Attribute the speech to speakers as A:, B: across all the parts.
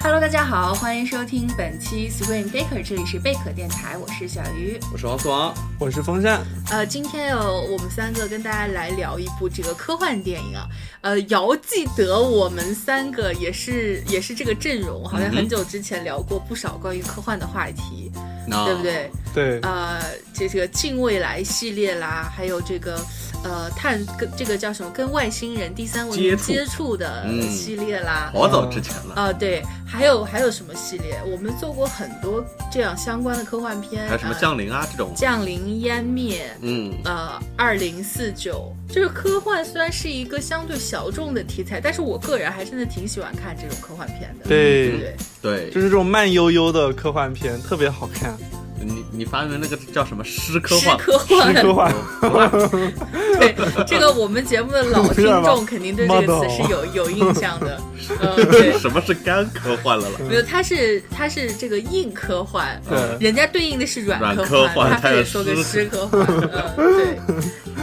A: Hello，大家好，欢迎收听本期 Screen Baker，这里是贝壳电台，我是小鱼。
B: 我是王思王，
C: 我是风扇，
A: 呃，今天有我们三个跟大家来聊一部这个科幻电影啊。呃，遥记得我们三个也是也是这个阵容，好像很久之前聊过不少关于科幻的话题，
B: 那
A: 对不对？
C: 对，
A: 呃，这个近未来系列啦，还有这个呃探跟这个叫什么跟外星人第三文明
C: 接触
A: 接触的
B: 嗯
A: 系列啦。
B: 好早之前了，
A: 啊、对，还有还有什么系列？我们做过很多这样相关的科幻片，
B: 还有什么
A: 呃
B: 降临啊这种，
A: 降临湮灭，
B: 嗯，
A: 呃，二零四九，就是科幻虽然是一个相对小众的题材，但是我个人还真的挺喜欢看这种科幻片的。嗯
C: 对
A: 对对，
B: 对
C: 就，是这种慢悠悠的科幻片，特别好 看，
B: 你你发明那个叫什么诗科
A: 是
B: 幻？
A: 科
C: 是
A: 幻，
C: 科幻，
B: 幻，
A: 对这个我们节目的老听众肯定对这个 词是
C: 哦
A: 有有印象的。嗯，对，
B: 什么是干科幻了了？
C: 嗯
A: 没有，它是它是这个硬科幻，
C: 对
A: 人家对应的是软
B: 软
A: 科
B: 科幻
A: 他非
B: 它
A: 得
B: 有
A: 说个
B: 诗
A: 诗 科幻。嗯，对。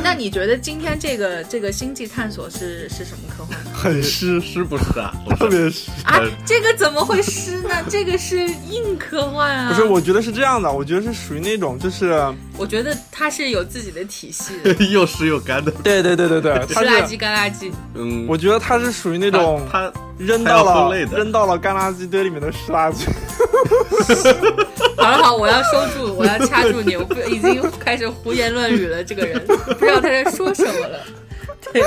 A: 那你觉得今天这个这个星际探索是是什么科幻？
C: 很
B: 诗是不是啊？
C: 特别是。
A: 啊
B: 对，
A: 这个怎么会湿呢？这个是硬科幻啊！
C: 不是，，我觉得是这样的，我觉得是属于那种，就是，
A: 我觉得它是有自己的体系的，
B: 又湿又干的，
C: 对对对对对，
A: 湿
C: 它
A: 垃
C: 是，
A: 圾干垃圾。
B: 嗯，
C: 我觉得它是属于那种
B: 他
C: 扔到
B: 它要
C: 了
B: 分类的
C: 扔到了干垃圾堆里面的湿 垃圾，
A: 好了好，我要收住，我要掐住你，我不已经开始胡言乱语了。这个人不知道他在说什么 了。对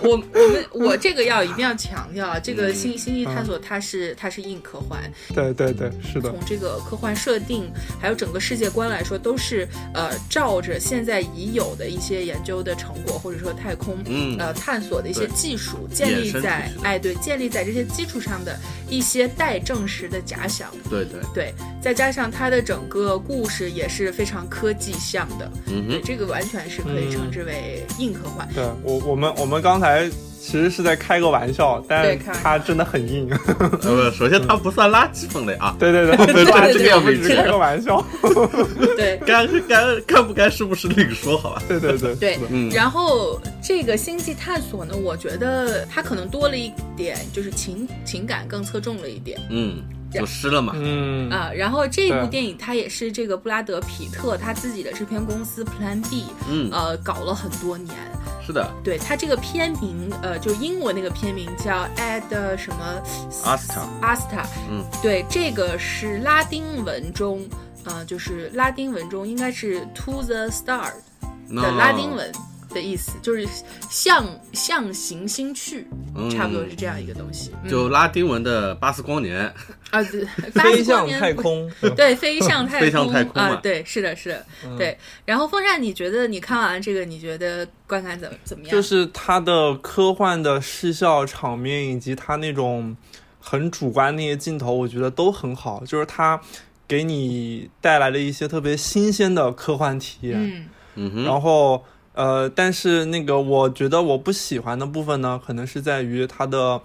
A: 我，我们我这个要一定要强调啊，这个
B: 嗯
A: 星星际探索它是它是硬科幻，
C: 对对对，是的
A: 从，这个科幻设定还有整个世界观来说，都是呃照着现在已有的一些研究的成果，或者说太空
B: 嗯
A: 呃探索的一些
B: 对
A: 技术，建立
B: 衍生
A: 在
B: 出去的
A: 哎对，建立在这些基础上的一些待证实的假想，
B: 对对，
A: 对，再加上它的整个故事也是非常科技向的，
B: 嗯
A: 对，
B: 哼，
A: 这个完全是可以
C: 嗯
A: 称之为硬科幻。
C: 对我我们我们刚才其实是在开个玩笑，
A: 对
C: 但
A: 开
C: 它真的很硬，
B: 呃，首先它不算垃圾分类啊，
C: 对对对，
B: 这
A: 对对
B: 这个要
C: 我们
B: 明
C: 只是
B: 确
C: 开，个玩笑，嗯
A: 对，
B: 干干干不干是不是另说好吧？
C: 对对对，
A: 对
C: 是的
B: 嗯，
A: 然后这个星际探索呢，我觉得它可能多了一点，就是情情感更侧重了一点
B: 嗯，就湿了嘛，
C: 嗯
A: 啊。然后这部
C: 对
A: 电影它也是这个布拉德皮特他自己的制片公司 Plan B
B: 嗯，
A: 呃搞了很多年。
B: 是的，
A: 对他这个片名，呃，就英文那个片名叫 Ad 什么
B: Asta
A: Asta，
B: 嗯，
A: 对，这个是拉丁文中，呃，就是拉丁文中应该是 To the Star 的
B: 那
A: 拉丁文的意思，就是向向行星去，差不多是这样一个东西。嗯
B: 嗯就拉丁文的巴斯光年，
A: 啊，对，八十光年不。
C: 空，
A: 对，飞向太空，
B: 飞向太空
A: 啊
B: 嘛，
A: 对，是的，是的，
C: 嗯
A: 对。然后风扇，你觉得你看完这个，你觉得观感怎么怎么样？
C: 就是它的科幻的视效场面，以及它那种很主观那些镜头，我觉得都很好。就是它给你带来了一些特别新鲜的科幻体验。
A: 嗯
B: 嗯哼，
C: 然后呃，但是那个我觉得我不喜欢的部分呢，可能是在于它的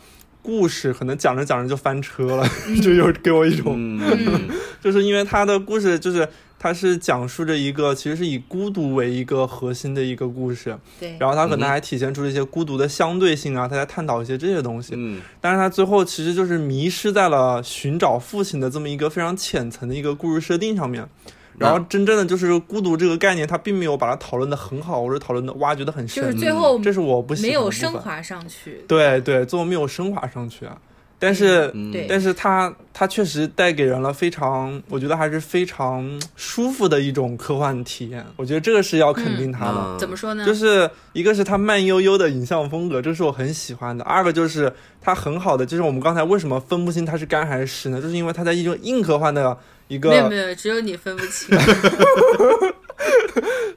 C: 故事，可能讲着讲着就翻车了， 就有给我一种，
B: 嗯，
C: 就是因为它的故事就是。它是讲述着一个其实是以孤独为一个核心的一个故事，
A: 对，
C: 然后他可
B: 嗯
C: 能还体现出了一些孤独的相对性啊，他在探讨一些这些东西。
B: 嗯，
C: 但是他最后其实就是迷失在了寻找父亲的这么一个非常浅层的一个故事设定上面。
B: 嗯
C: 然后真正的就是孤独这个概念，他并没有把它讨论的很好，或者讨论的挖掘的很
A: 就是
C: 深，
A: 最后
C: 这是我不喜欢
A: 没
C: 的
A: 有
C: 部
A: 升
C: 分。
A: 华上去。
C: 对对，最后没有升华上去啊。但是，
B: 嗯
A: 对
C: 但是他他确实带给人了非常，我觉得还是非常舒服的一种科幻体验。我觉得这个是要肯定他的。
B: 嗯
A: 怎么说呢？
C: 就是一个是它慢悠悠的影像风格，这是我很喜欢的；二个就是它很好的，就是我们刚才为什么分不清它是干还是湿呢？就是因为它在一种硬科幻的一
A: 没有
C: 个
A: 没，有，只有你分不清。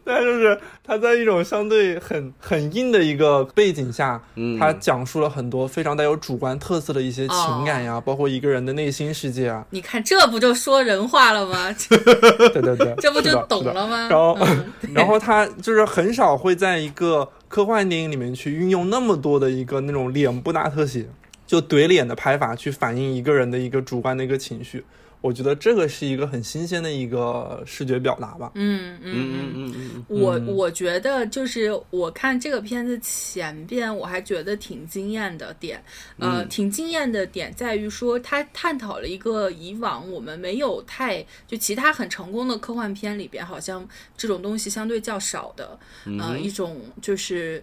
C: 但就是它在一种相对很很硬的一个背景下，
B: 嗯，
C: 它讲述了很多非常带有主观特色的一些情感
A: 哦，
C: 呀，包括一个人的内心世界啊
A: 你看，这不就说人话了吗？ 这
C: 对对对，
A: 这不
C: 是
A: 就
C: 的
A: 懂
C: 是的
A: 了吗？
C: 然后
A: 嗯
C: 然后他就是很少会在一个科幻电影里面去运用那么多的一个那种脸部大特写，就怼脸的拍法去反映一个人的一个主观的一个情绪。我觉得这个是一个很新鲜的一个视觉表达吧。
A: 嗯
B: 嗯
A: 嗯嗯。
B: 嗯嗯嗯
A: 我我觉得就是我看这个片子前边，我还觉得挺惊艳的点，呃，
B: 嗯
A: 挺惊艳的点在于说，他探讨了一个以往我们没有太就其他很成功的科幻片里边，好像这种东西相对较少的，
B: 嗯
A: 呃，一
B: 嗯，
A: 种就是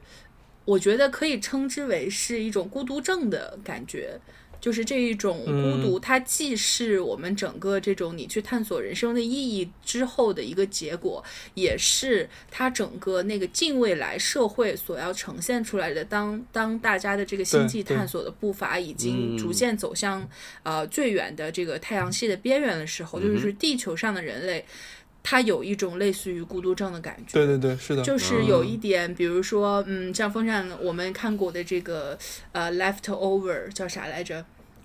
A: 我觉得可以称之为是一种孤独症的感觉。就是这一种孤独，它既是我们整个这种你去探索人生的意义之后的一个结果，也是它整个那个近未来社会所要呈现出来的当。当大家的这个星
C: 对
A: 际
C: 对
A: 探索的步伐已经逐
B: 嗯
A: 渐走向、呃最远的这个太阳系的边缘的时
C: 嗯
A: 候，就是地球上的人类，他有一种类似于孤独症的感觉。
C: 对对对，是的，
A: 就是有一点，比如说，嗯，像风扇我们看过的这个呃，leftover 叫啥来着？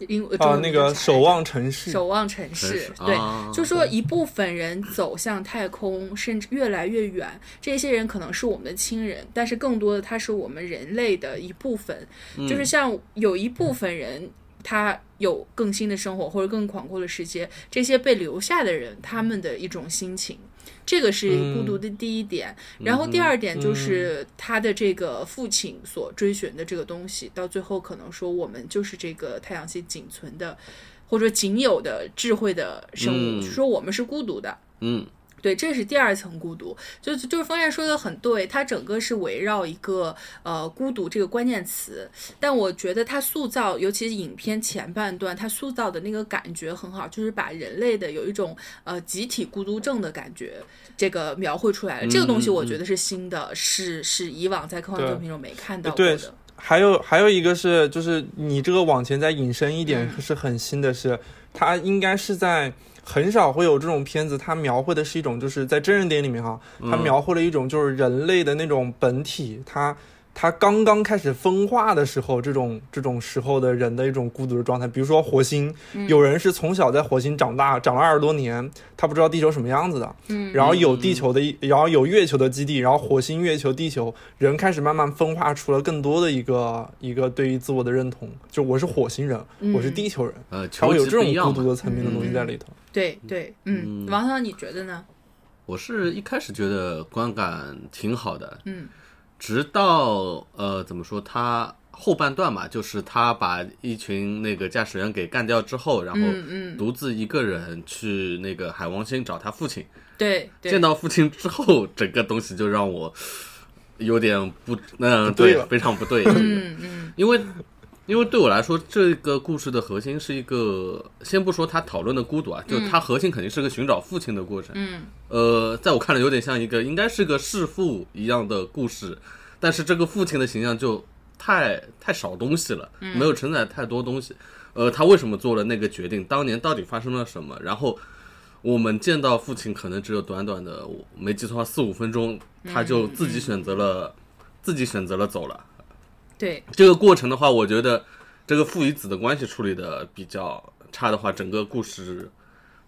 A: 英呃中
C: 啊、
A: 文
C: 那
A: 叫
C: 个
A: 啥
C: 守
A: 来着
C: 望城市，
A: 守望城
B: 真
A: 市
B: 是，
A: 对。
B: 啊
A: 就说一部分人走向太空，甚至越来越远。这些人可能是我们的亲人，但是更多的他是我们人类的一部分。就是像有一部分人，他有更新的生活或者更广阔的世界，这些被留下的人，他们的一种心情。这个是孤独的第一点，然后第二点就是他的这个父亲所追寻的这个东西，到最后可能说我们就是这个太阳系仅存的或者仅有的智慧的生物，
B: 嗯
A: 说我们是孤独的。
B: 嗯
A: 对，这是第二层孤独，就就是风扇说的很对，它整个是围绕一个呃孤独这个关键词，但我觉得它塑造，尤其是影片前半段，它塑造的那个感觉很好，就是把人类的有一种呃集体孤独症的感觉，这个描绘出来了。这个东西
B: 嗯嗯
A: 我觉得是新的，是是以往在科幻
C: 对
A: 作品中没看到过
C: 对
A: 的。
C: 还有还有一个是，就是你这个往前再引申一点
A: 嗯
C: 是很新的是，它应该是在很少会有这种片子，它描绘的是一种就是在真人电影里面哈，它描绘了一种就是人类的那种本体，它它刚刚开始分化的时候，这种这种时候的人的一种孤独的状态。比如说火星，有人是从小在火星长大，长了二十多年，他不知道地球什么样子的，
A: 嗯
C: 然后有地球的一，然后有月球的基地，然后火星、月球、地球，人开始慢慢分化出了更多的一个一个对于自我的认同，就我是火星人，我是地球人，
B: 呃，
C: 然
B: 求
C: 后有
B: 职
C: 这
B: 不一
C: 种孤
B: 样
C: 独
B: 嘛。
C: 的层面的东
A: 嗯
C: 西在里头。
A: 对对，嗯，
B: 嗯
A: 王涛你觉得呢？
B: 我是一开始觉得观感挺好的，
A: 嗯
B: 直到呃怎么说，他后半段嘛，就是他把一群那个驾驶员给干掉之后，然后
A: 嗯嗯，
B: 独自一个人去那个海王星找他父亲。
A: 对对，
B: 见到父亲之后，整个东西就让我有点不，嗯、
C: 不对
B: 对
C: 了，
B: 非常不对，
A: 嗯嗯
B: 因为。因为对我来说，这个故事的核心是一个，先不说他讨论的孤独啊，就它核心肯定是个寻找父亲的过程。
A: 嗯
B: 呃，在我看来有点像一个应该是个弑父一样的故事，但是这个父亲的形象就太太少东西了，没有承载太多东西。呃，他为什么做了那个决定？当年到底发生了什么？然后我们见到父亲可能只有短短的，我没记错的话四五分钟，他就自己选择了、自己选择了走了。
A: 对，
B: 这个过程的话，我觉得这个父与子的关系处理的比较差的话，整个故事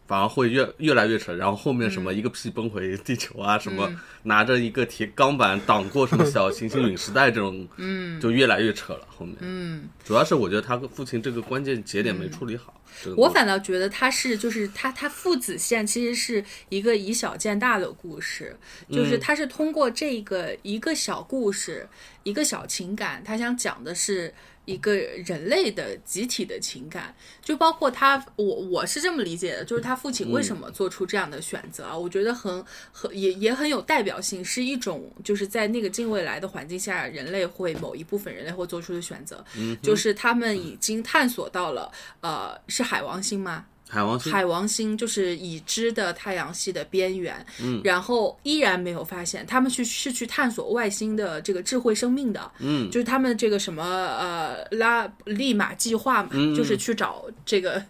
B: 反而会越越来越扯。然后后面什
A: 嗯
B: 么一个屁奔回地球啊，什么拿着一个铁钢板挡过什么小行星陨石带这 种，嗯，就越来越扯了。后面
A: 嗯。
B: 主要是我觉得他跟父亲这个关键节点没处理好。这个
A: 我
B: 东西
A: 反倒觉得他是就是他他父子线其实是一个以小见大的故事，就是他是通过这个一个小故事、一个小情感，他想讲的是一个人类的集体的情感，就包括他我我是这么理解的，就是他父亲为什么做出这样的选择啊？我觉得很很也也很有代表性，是一种就是在那个近未来的环境下，人类会某一部分人类会做出的选择，就是他们已经探索到了。呃，是海王星吗？
B: 海王星，
A: 海王星就是已知的太阳系的边缘，嗯，然后依然没有发现，他们去是去探索外星的这个智慧生命的，嗯，就是他们这个什么呃拉利马计划嘛，就是去找这个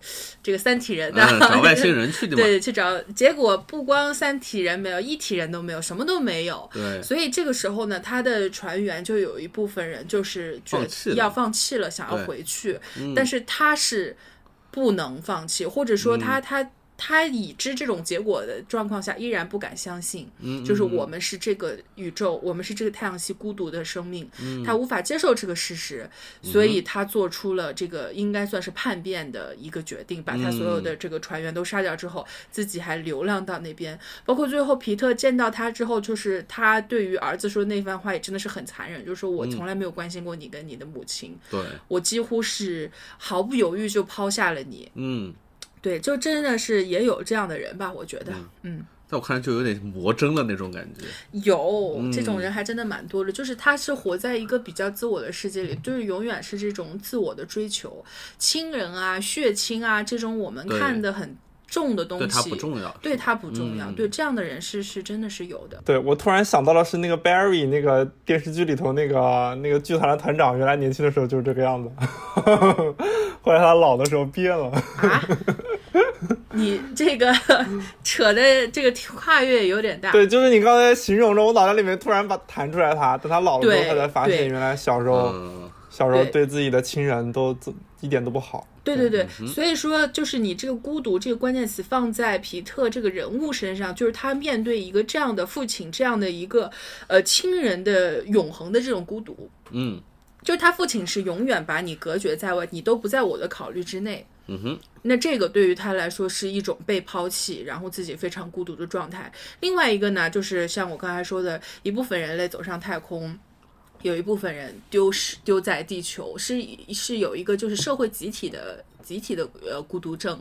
A: 这个三体人的、
B: 嗯，找外 星人去的嘛，
A: 对，去找，结果不光三体人没有，一体人都没有，什么都没有。
B: 对
A: 所以这个时候呢，他的船员就有一部分人就是觉
B: 放弃
A: 得
B: 了
A: 要放弃了，想要
B: 对嗯嗯
A: 回去，但是他是不能放弃，或者说他他。他已知这种结果的状况下，依然不敢相信，就是我们是这个宇宙，我们是这个太阳系孤独的生命，他无法接受这个事实，所以他做出了这个应该算是叛变的一个决定，把他所有的这个船员都杀掉之后，自己还流浪到那边，包括最后皮特见到他之后，就是他对于儿子说的那番话也真的是很残忍，就是说我从来没有关心过你跟你的母亲，
B: 对，
A: 我几乎是毫不犹豫就抛下了你。
B: 嗯，
A: 对，就真的是也有这样的人吧，我觉得，嗯，
B: 在我看来就有点魔怔了那种感觉。
A: 有这种人
B: 嗯
A: 还真的蛮多的，就是他是活在一个比较自我的世界里，就是永远是这种自我的追求，亲人啊、血亲啊这种我们
B: 对
A: 看的很重的东
B: 对
A: 西，
B: 他不重要，
A: 对他不重要，
B: 嗯
A: 对这样的人是是真的是有的。
C: 对我突然想到的是那个 Barry 那个电视剧里头那个那个剧团的团长，原来年轻的时候就是这个样子， 后来他老的时候变了。
A: 啊， 你这个 扯的这个跨越有点大。
C: 对，就是你刚才形容着，我脑袋里面突然把弹出来他，等他老了之后，
A: 对
C: 他才发
A: 对
C: 现原来小时候、
B: 嗯，
C: 小时候
A: 对
C: 对自己的亲人都都一点都不好。
A: 对对
B: 嗯
A: 对，所以说就是你这个孤独这个关键词放在皮特这个人物身上，就是他面对一个这样的父亲，这样的一个呃亲人的永恒的这种孤独，
B: 嗯
A: 就是他父亲是永远把你隔绝在外，你都不在我的考虑之内。
B: 嗯哼，
A: 那这个对于他来说是一种被抛弃，然后自己非常孤独的状态。另外一个呢，就是像我刚才说的，一部分人类走上太空，有一部分人丢失丢在地球，是是有一个就是社会集体的集体的呃孤独症。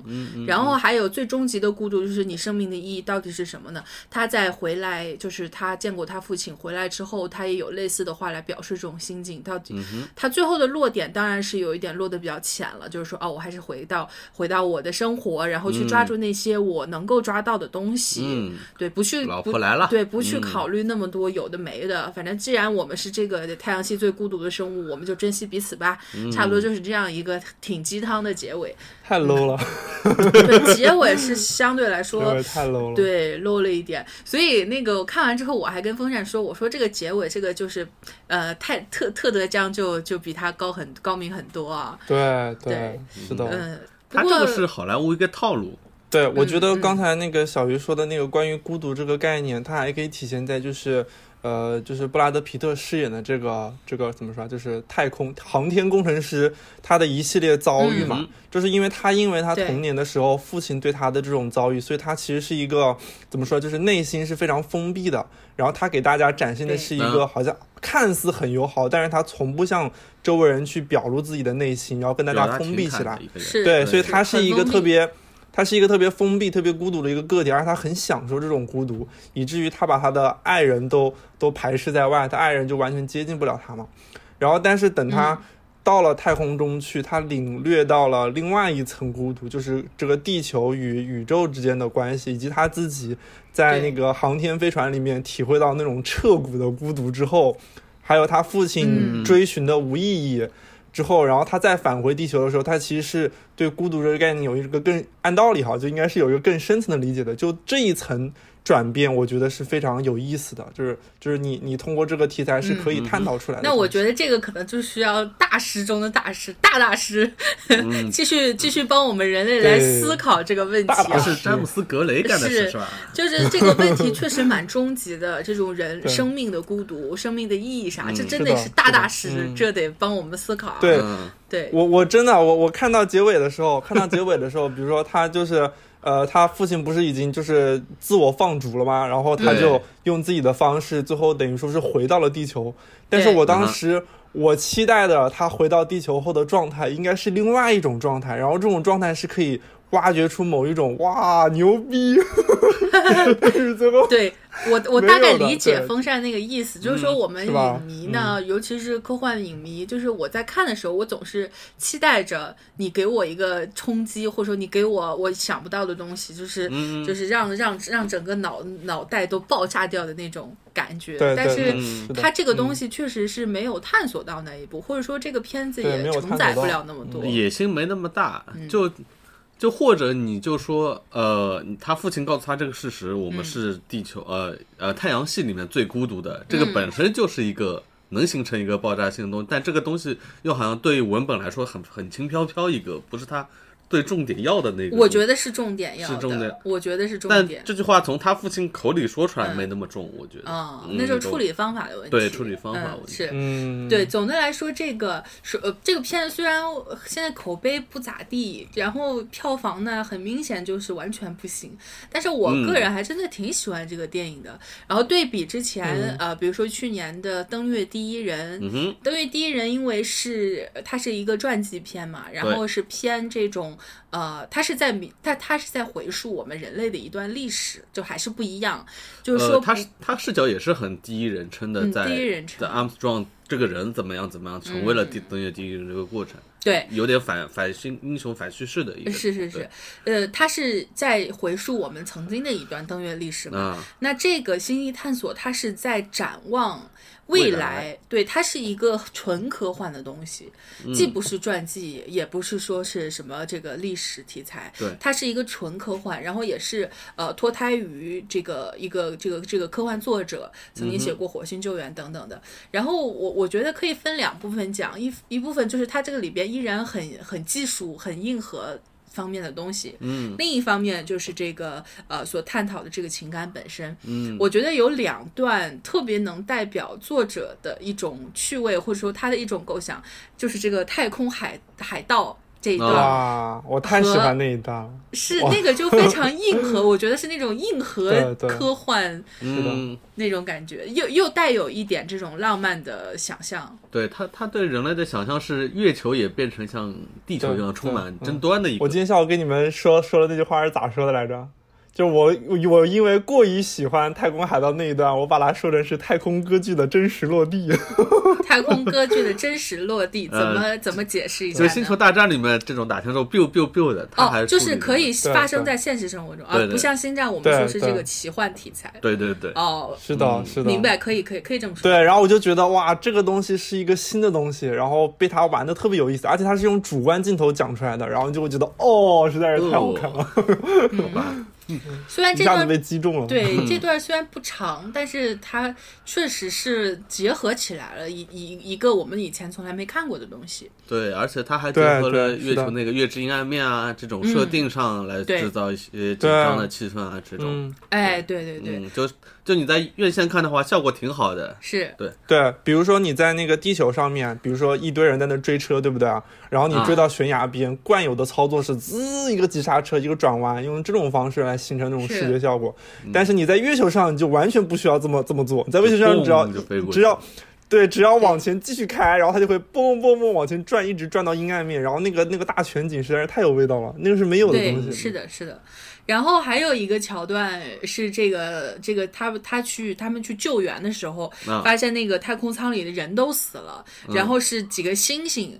A: 然后还有最终极的孤独，就是你生命的意义到底是什么呢？他在回来，就是他见过他父亲回来之后，他也有类似的话来表示这种心境。到底他最后的落点当然是有一点落得比较浅了，就是说，哦，我还是回到回到我的生活，然后去抓住那些我能够抓到的东西。
B: 嗯
A: 对，不去
B: 老
A: 不
B: 婆来了
A: 对，不去
B: 嗯
A: 考虑那么多有的没的。反正既然我们是这个太阳系最孤独的生物，我们就珍惜彼此吧。
B: 嗯
A: 差不多就是这样一个挺鸡汤的结尾。
C: 太 low 了，
A: 对，结尾是相对来
C: 这
A: 说
C: 位。太 low 了。
A: 对，漏了一点，所以那个我看完之后，我还跟风扇说，我说这个结尾，这个就是，呃，太特特德江就就比他高很高明很多啊，
C: 对
A: 对
C: 是
B: 哦
C: 的。
A: 嗯、不
B: 他这
A: 过
B: 个是好莱坞一个套路，
C: 对，我觉得
A: 嗯
C: 刚才那个小鱼说的那个关于孤独这个概念，它还可以体现在就是，呃，就是布拉德皮特饰演的这个这个怎么说啊，就是太空航天工程师他的一系列遭遇嘛，
B: 嗯
C: 就是因为他因为他
A: 对
C: 童年的时候父亲对他的这种遭遇，所以他其实是一个怎么说，就是内心是非常封闭的。然后他给大家展现的
A: 对
C: 是一
B: 嗯
C: 个好像看似很友好，但是他从不向周围人去表露自己的内心，然后跟大
B: 表
C: 家
B: 达
C: 封
B: 情
C: 闭
B: 感
C: 起来
B: 的。一个人
A: 是
C: 对，
B: 对
C: 所以他
A: 是
C: 是一
A: 很
C: 个
A: 封
C: 特
A: 闭
C: 别，他是一个特别封闭、特别孤独的一个个体，而且他很享受这种孤独，以至于他把他的爱人都都排斥在外，他爱人就完全接近不了他嘛。然后，但是等
A: 嗯
C: 他到了太空中去，他领略到了另外一层孤独，就是这个地球与宇宙之间的关系，以及他自己在
A: 对
C: 那个航天飞船里面体会到那种彻骨的孤独之后，还有他父亲
B: 嗯
C: 追寻的无意义。之后，然后他再返回地球的时候，他其实是对孤独这个概念有一个更按道理哈，就应该是有一个更深层的理解的。就这一层转变，我觉得是非常有意思的，就是就是你你通过这个题材是可以探讨出来的。
A: 那我觉得这个可能就需要大师中的大师，大大师继续继续帮我们人类来
C: 嗯对
A: 思考这个问题
C: 大
A: 啊
C: 大
B: 这。
C: 师
B: 是詹姆斯·格雷干的
A: 是
B: 事是吧？
A: 就是这个问题确实蛮终极的，这种人
C: 对
A: 生命的孤独、生命的意义啥，
B: 嗯
A: 这真
C: 是
A: 的
C: 的
A: 是大大师，
C: 是的嗯
A: 这得帮我们思考啊。
C: 对
B: 嗯
A: 对
C: 我我真的我我看到结尾的时候，看到结尾的时候，比如说他就是呃，他父亲不是已经就是自我放逐了吗？然后他
B: 对
C: 就用自己的方式，最后等于说是回到了地球。但是
A: 对
C: 我当时我期待的他回到地球后的状态，应该是另外一种状态，然后这种状态是可以挖掘出某一种哇牛逼， 但是最 后
A: 对，我我
C: 没
A: 大概
C: 有的
A: 理解
C: 对
A: 风扇那个意思，
B: 嗯
A: 就是说我们
C: 是吧
A: 影迷呢，尤其是科幻影迷，就是我在看的时候，我总是期待着你给我一个冲击，或者说你给我我想不到的东西，就是
B: 嗯
A: 就是让让让整个脑脑袋都爆炸掉的那种感觉。
C: 对
A: 但
C: 对
A: 是
B: 嗯
C: 是的
A: 它这个东西确实是没有探索到那一步，或者说这个片子
C: 对没
A: 也
C: 有
A: 承
C: 探
A: 载
C: 索
A: 不
C: 到
A: 了那么多。
B: 野心没那么大，
A: 嗯
B: 就就或者你就说，呃，他父亲告诉他这个事实，我
A: 嗯
B: 们是地球，呃呃，太阳系里面最孤独的，这
A: 嗯
B: 个本身就是一个。能形成一个爆炸性的东西，但这个东西又好像对于文本来说很很轻飘飘，一个不是他对重点要的那个。
A: 我觉得是重点要的，
B: 是重点
A: 我觉得是重
B: 但
A: 点。
B: 这句话从他父亲口里说出来
A: 嗯
B: 没那么重，我觉得。
A: 啊、
B: 嗯
A: 那就是处理方法的问题。
B: 对处理方法
A: 嗯
B: 问题
A: 是。
C: 嗯，
A: 对，，总的来说，这个是呃，这个片虽然呃现在口碑不咋地，然后票房呢很明显就是完全不行，但是我
B: 嗯
A: 个人还真的挺喜欢这个电影的。然后对比之前、呃，比如说去年的《登月第一人》
B: 嗯哼，
A: 登月第一人》因为是呃它是一个传记片嘛，然后是偏这种呃，它是在明，它它是在回溯我们人类的一段历史，就还是不一样，就是说
B: 呃，
A: 不、
B: 他他视角也是很第一人称的
A: 嗯，
B: 在
A: 第一人称嗯
B: 在 Armstrong 这个人怎么样怎么样成为了第登月第一人这个过程，
A: 对。
B: 有点反反新英雄反叙事的一个。
A: 是是是，呃，它是在回溯我们曾经的一段登月历史嘛？
B: 啊，
A: 那这个星际探索，它是在展望
B: 未
A: 未
B: 来
A: 对，它是一个纯科幻的东西，
B: 嗯
A: 既不是传记，也不是说是什么这个历史题材，
B: 对
A: 它是一个纯科幻，然后也是呃脱胎于这个一个这个这个科幻作者曾经
B: 嗯
A: 写过《火星救援》等等的。然后我我觉得可以分两部分讲，一一部分就是它这个里边依然很很技术、很硬核。方面的东西，嗯，另一方面就是这个呃所探讨的这个情感本身，嗯，我觉得有两段特别能代表作者的一种趣味，或者说他的一种构想，就是这个太空海海盗这一段，
B: 啊
C: 哇，我太喜欢那一段了，
A: 是
C: 哇
A: 那个就非常硬核，我觉得是那种硬核
C: 对对
A: 科幻
B: 是
C: 的
A: 那种感觉，又又带有一点这种浪漫的想象。
B: 对他，他对人类的想象是月球也变成像地球一样
C: 对
B: 充满
C: 对嗯
B: 争端的一个。
C: 我今天下午跟你们说说的那句话是咋说的来着？就我我因为过于喜欢太空海盗那一段，我把它说成是太空歌剧的真实落地。
A: 太空歌剧的真实落地，怎么、怎么解释一下
B: 所以
A: 呢？
B: 《星球大战》里面这种打枪手 biu biu biu 的，他还
A: 嗯哦，就
B: 处理
A: 是
B: 的
A: 可以
C: 对
A: 发生在现实生活中，
B: 对
A: 而
B: 对
A: 不像星战，我们
C: 对
A: 说是这
C: 对
A: 个奇幻题材。
B: 对对对，
C: 嗯
A: 哦，
C: 是的，是的，
A: 明白，可以，可以，可以这么说。
C: 对，啊然后我就觉得哇，这个东西是一个新的东西，然后被他玩的特别有意思，而且他是用主观镜头讲出来的，然后就会觉得哦，实在是太好看了，
A: 嗯虽然
C: 一
A: 这
C: 下子
A: 段
C: 被嗯击中了。，
A: 对这段虽然不长，但是它确实是结合起来了一一一个我们以前从来没看过的东西。
B: 对，而且他还结
C: 对
B: 合了
C: 对是
B: 月球
C: 的
B: 那个月之阴暗面啊这种设定上来
A: 对
B: 制造一些紧张的气氛啊这种。
C: 嗯，
A: 哎，对对对，
B: 嗯，就就你在院线看的话，效果挺好的。
A: 是
C: 对，比如说你在那个地球上面，比如说一堆人在那追车，对不对？然后你追到悬崖边，惯有的操作是滋一个急刹车，一个转弯，用这种方式来形成那种
A: 是嗯
C: 视觉效果。但是你在月球上，你就完全不需要这么这么做，你在月球上你只要
B: 就飞过去
C: 只要对，只要往前继续开，然后它就会嘣嘣嘣往前转，一直转到阴暗面，然后那个那个大全景实在是太有味道了，那个是没有的东
A: 对，
C: 西。嗯
A: 是的，是的。然后还有一个桥段是这个这个他他去他们去救援的时候，
B: 啊
A: 发现那个太空舱里的人都死了，然后是几个猩猩。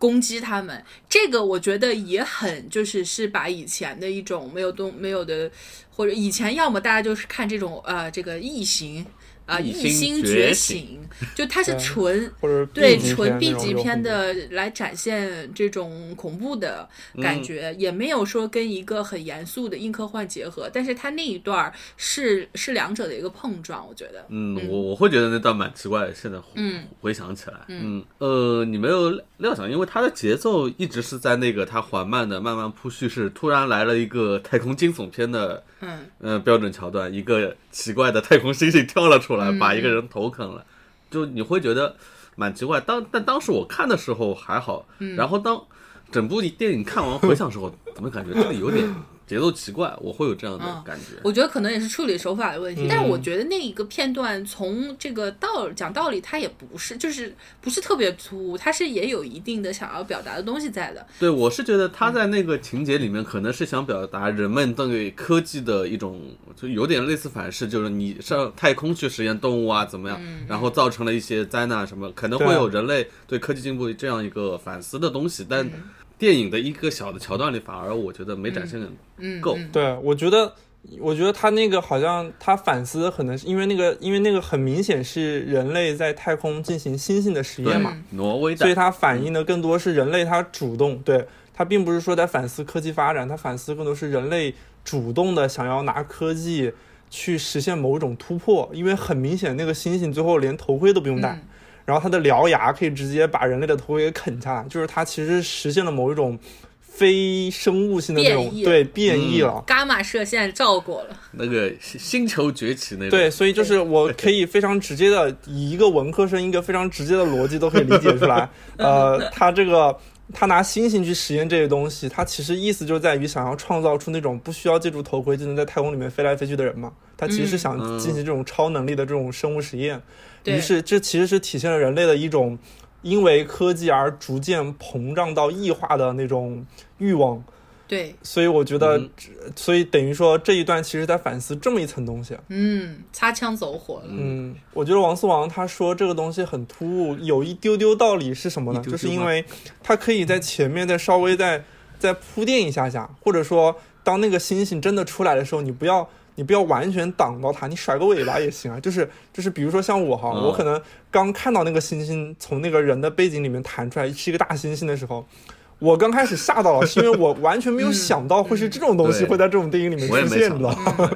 A: 攻击他们，这个我觉得也很，就是是把以前的一种没有东没有的，或者以前要么大家就是看这种呃这个异形啊、
B: 异
A: 异
B: 星
A: 星
B: 觉
A: 觉醒，就它是
C: 对
A: 纯
C: 或者
A: 对
C: B 级
A: 纯 B
C: 那种
A: 级
C: 就
A: 片
C: 很
A: 的来展现这种恐怖的感觉，也没有说跟一个很严肃的硬科幻结合，但是它那一段儿是是两者的一个碰撞，我觉得。
B: 嗯，我我会觉得那段蛮奇怪的，现在回
A: 嗯
B: 回想起来，嗯呃，你没有料想，因为它的节奏一直是在那个它缓慢的慢慢铺叙事，突然来了一个太空惊悚片的
A: 嗯，
B: 嗯，标准桥段，一个奇怪的太空猩猩跳了出来，把一个人头啃了，就你会觉得蛮奇怪。当但当时我看的时候还好，然后当整部电影看完回想的时候，怎么感觉这里有点节奏奇怪？我会有这样的
A: 嗯
B: 感觉。
A: 我觉得可能也是处理手法的问题，
C: 嗯
A: 但是我觉得那一个片段从这个道讲道理，它也不是就是不是特别突兀，它是也有一定的想要表达的东西在的。
B: 对我是觉得
A: 嗯
B: 他在那个情节里面，可能是想表达人们对科技的一种，就有点类似反噬，就是你上太空去实验动物啊，怎么样，
A: 嗯
B: 然后造成了一些灾难什么，可能会
A: 啊
C: 对
B: 有人类对科技进步这样一个反思的东西，但
A: 嗯
B: 电影的一个小的桥段里，反而我觉得没展现
A: 嗯，
B: 够。
A: 嗯
C: 对，我觉得，我觉得他那个好像他反思的可能是因为那个，因为那个很明显是人类在太空进行新性的实
B: 对
C: 验
A: 嗯
C: 嘛，，
B: 挪威
C: 所以
B: 的，
C: 它反映的更多是人类他主动，对他并不是说在反思科技发展，他反思更多是人类主动的想要拿科技去实现某种突破，因为很明显那个猩猩最后连头盔都不用戴。
A: 嗯
C: 然后它的獠牙可以直接把人类的头给啃下来，就是它其实实现了某一种非生物性的那种
A: 变异
C: 对变异了。
A: 伽马射线照过了，
B: 那个星星球崛起那种，
C: 对，所以就是 我可以非常直接的以一个文科生一个非常直接的逻辑都可以理解出 来。呃，他这个他拿星星去实验这些东西，他其实意思就在于想要创造出那种不需要借助头盔就能在太空里面飞来飞去的人嘛。他其实是想
B: 嗯
C: 进行这种超能力的这种生物实验。于
A: 对，
C: 是这其实是体现了人类的一种因为科技而逐渐膨胀到异化的那种欲望。
A: 对，
C: 所以我觉得，
B: 嗯
C: 所以等于说这一段其实在反思这么一层东西。啊
A: 嗯，擦枪走火了，
C: 嗯，我觉得王思王他说这个东西很突兀，有一丢丢道理是什么呢？
B: 一丢丢吗嗯
C: 就是因为他可以在前面再稍微再再铺垫一下下，或者说当那个星星真的出来的时候，你不要你不要完全挡到它，你甩个尾巴也行啊。就是就是比如说像我哈，
B: 嗯
C: 我可能刚看到那个星星从那个人的背景里面弹出来是一个大猩猩的时候。我刚开始吓到了，是因为我完全没有想到会是这种东西
B: 嗯对
C: 会在这种电影里面
B: 我也
C: 出
B: 没
C: 现，你
B: 想
C: 知道
B: 到
C: 吗？，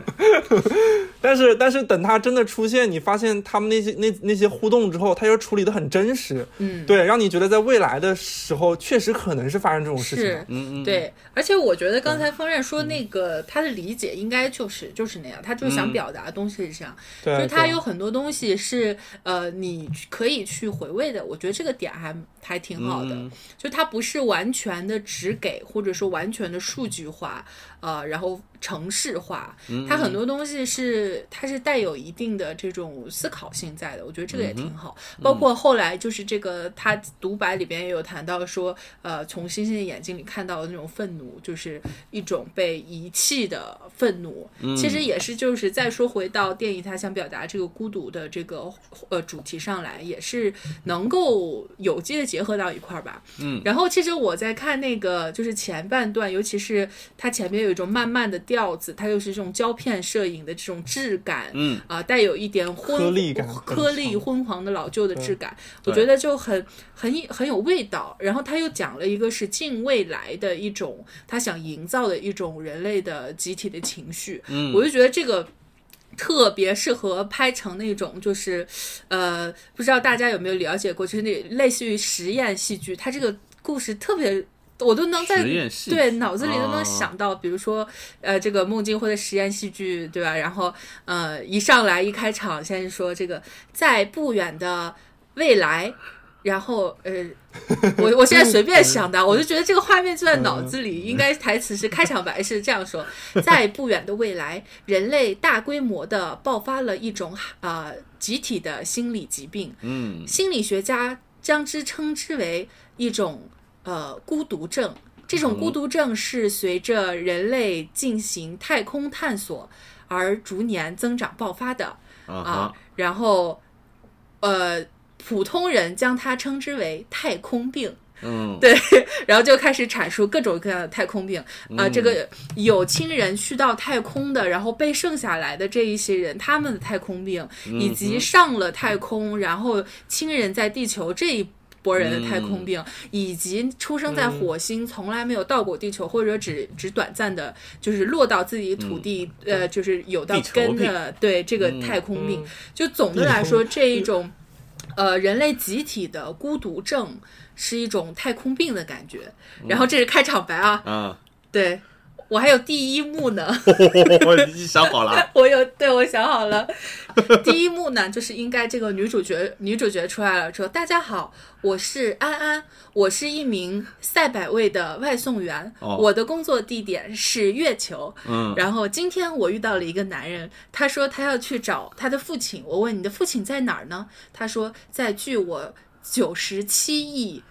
C: 但是但是等它真的出现，你发现他们那些那那些互动之后，它又处理的很真实，
A: 嗯，
C: 对，让你觉得在未来的时候确实可能是发生这种事情
A: 是
C: 的。
B: 嗯嗯，
A: 对，而且我觉得刚才方任说那
C: 嗯
A: 个他的理解应该就是就是那样，他就是想表达的东西是这样，
C: 对，
A: 就是它
C: 对
A: 有很多东西是呃你可以去回味的，我觉得这个点还还挺好的，
B: 嗯
A: 就它不是完全的只给或者说完全的数据化，呃，然后程式化，它很多东西是它是带有一定的这种思考性在的，我觉得这个也挺好。包括后来就是这个他独白里边也有谈到说，呃，从星星的眼睛里看到的那种愤怒，就是一种被遗弃的愤怒，其实也是就是再说回到电影，它想表达这个孤独的这个呃主题上来，也是能够有机的结合到一块儿吧。嗯，然后其实我在看那个就是前半段，尤其是它前面有一种慢慢的调子，它又是这种胶片摄影的这种质感，
B: 嗯
A: 啊、带有一点昏
C: 颗粒感
A: 颗粒昏黄的老旧的质感，我
B: 对
A: 觉得就很很很有味道。然后他又讲了一个是近未来的一种他想营造的一种人类的集体的情绪，
B: 嗯
A: 我就觉得这个。特别适合拍成那种，就是，呃，不知道大家有没有了解过，就是那类似于实验戏剧，它这个故事特别，我都能在
B: 实验戏
A: 对脑子里都能
B: 啊
A: 想到，比如说，呃，这个孟京辉的实验戏剧，对吧？然后，呃，一上来一开场，先是说这个在不远的未来，然后，呃，我我现在随便想的，我就觉得这个画面就在脑子里，应该台词是开场白是这样说：在不远的未来，人类大规模的爆发了一种啊、呃、集体的心理疾病，
B: 嗯
A: 心理学家将之称之为一种呃孤独症。这种孤独症是随着人类进行太空探索而逐年增长爆发的。
B: 啊
A: 啊
B: 哈，，
A: 然后呃，普通人将它称之为太空病。
B: 嗯
A: 对，然后就开始阐述各种各样的太空病啊、这
B: 嗯
A: 个有亲人去到太空的，然后被剩下来的这一些人，他们的太空病，
B: 嗯
A: 以及上了太空，然后亲人在地球这一。波人的太
B: 嗯
A: 空病，以及出生在火星、从来没有到过地球，或者只只短暂的，就是落到自己土地，呃，就是有到
B: 嗯地球
A: 根
B: 病
A: 的，对这个太空病
C: 嗯。
A: 就总的来说，这一种呃人类集体的孤独症是一种太空病的感觉。然后这是开场白啊，
B: 啊，
A: 对我还有第一幕呢，
B: 你想好了，
A: 我有对我想好了，第一幕呢就是应该这个女主角女主角出来了说大家好，我是安安，我是一名赛百味的外送员，
B: 哦
A: 我的工作地点是月球。
B: 嗯
A: 然后今天我遇到了一个男人，他说他要去找他的父亲。我问你的父亲在哪儿呢？他说在距我九十七亿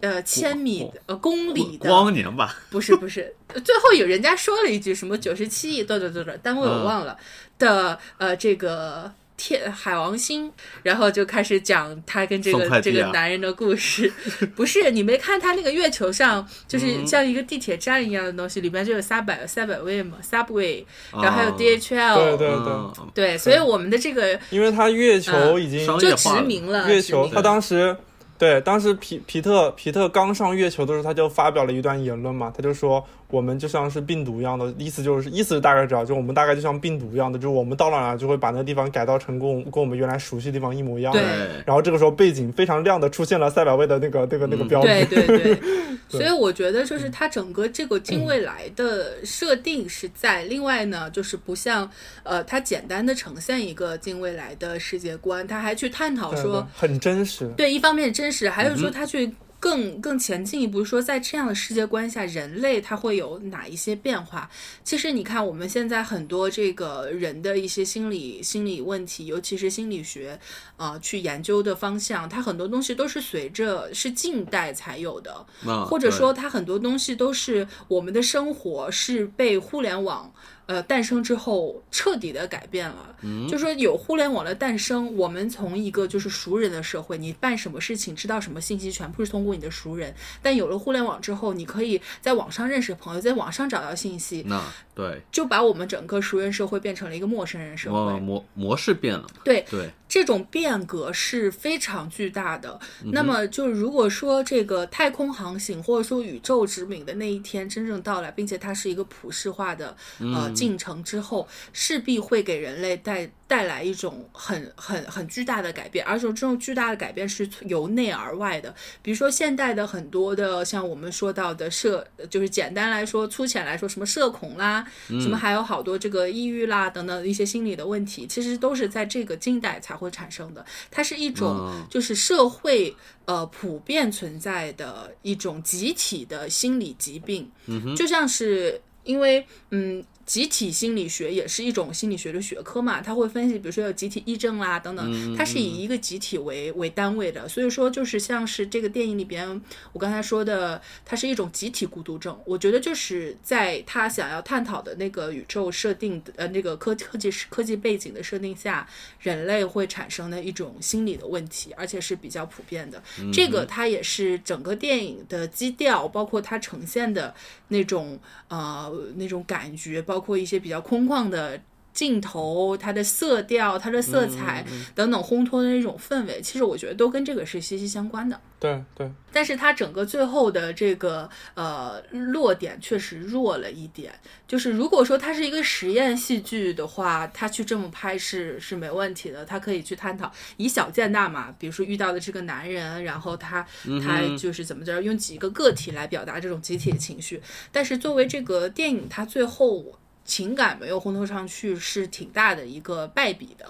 A: 呃千米呃公里的
B: 光年吧，
A: 不是不是，呃最后有人家说了一句什么九十七亿多少多少单位
B: 嗯
A: 我忘了、的呃这个天海王星，然后就开始讲他跟这个、
B: 送快递
A: 这
B: 啊
A: 个男人的故事。不是你没看他那个月球上
B: 嗯
A: 就是像一个地铁站一样的东西，里面就有三百三百位嘛，subway，然后还有
B: 啊
A: DHL，、
C: 对对
B: 嗯
A: 对所以我们的这个
C: 因为它月
A: 嗯
C: 球已经
B: 商
A: 就
B: 业
A: 殖
B: 化了
A: 民了
C: 月
A: 殖
C: 球，
A: 民
C: 他当时对当时皮皮特皮特刚上月球的时候，他就发表了一段言论嘛，他就说我们就像是病毒一样的，意思就是意思是大概这样，就我们大概就像病毒一样的，就是我们到了哪就会把那地方改造成跟我跟我们原来熟悉的地方一模一样的。
A: 对
C: 然后这个时候背景非常亮的出现了赛百味的那个那个那个标志，
A: 对对对，所以我觉得就是它整个这个近未来的设定是在。另外呢，就是不像呃，它简单的呈现一个近未来的世界观，它还去探讨
C: 对
A: 说，
C: 很真实。
A: 对，一方面真实，还有说他去更更前进一步，说在这样的世界观下，人类他会有哪一些变化？其实你看，我们现在很多这个人的一些心理心理问题，尤其是心理学，呃，去研究的方向，它很多东西都是随着是近代才有的，
B: 那
A: 或者说它很多东西都是我们的生活是被互联网。呃，诞生之后彻底的改变了，就说有互联网的诞生，我们从一个就是熟人的社会，你办什么事情、知道什么信息，全部是通过你的熟人。但有了互联网之后，你可以在网上认识朋友，在网上找到信息
B: 对，那对，
A: 就把我们整个熟人社会变成了一个陌生人社
B: 模
A: 会。
B: 模模式变了嘛，
A: 对，
B: 对，
A: 这种变革是非常巨大的。那么，就如果说这个太空航行或者说宇宙殖民的那一天真正到来，并且它是一个普世化的呃进程之后，势必会给人类带带来一种很很很巨大的改变，而且这种巨大的改变是由内而外的。比如说现代的很多的，像我们说到的社，就是简单来说、粗浅来说，什么社恐啦，什么还有好多这个抑郁啦等等一些心理的问题，其实都是在这个近代才会产生的。它是一种
B: 嗯
A: 就是社会呃普遍存在的一种集体的心理疾病，就像是因为嗯。集体心理学也是一种心理学的学科嘛，它会分析，比如说有集体癔症啦等等，它是以一个集体为为单位的，所以说就是像是这个电影里边我刚才说的，它是一种集体孤独症。我觉得就是在他想要探讨的那个宇宙设定的呃那个科科技科技背景的设定下，人类会产生的一种心理的问题，而且是比较普遍的。这个它也是整个电影的基调，包括它呈现的那种呃那种感觉，包括一些比较空旷的。镜头、它的色调、它的色彩等等烘托的那种氛围，其实我觉得都跟这个是息息相关的。
C: 对对
A: 但是它整个最后的这个呃落点确实弱了一点。就是如果说它是一个实验戏剧的话，它去这么拍是是没问题的，它可以去探讨以小见大嘛。比如说遇到的这个男人，然后他他就是怎么着，用几个个体来表达这种集体的情绪。但是作为这个电影，它最后情感没有烘托上去，是挺大的一个败笔的。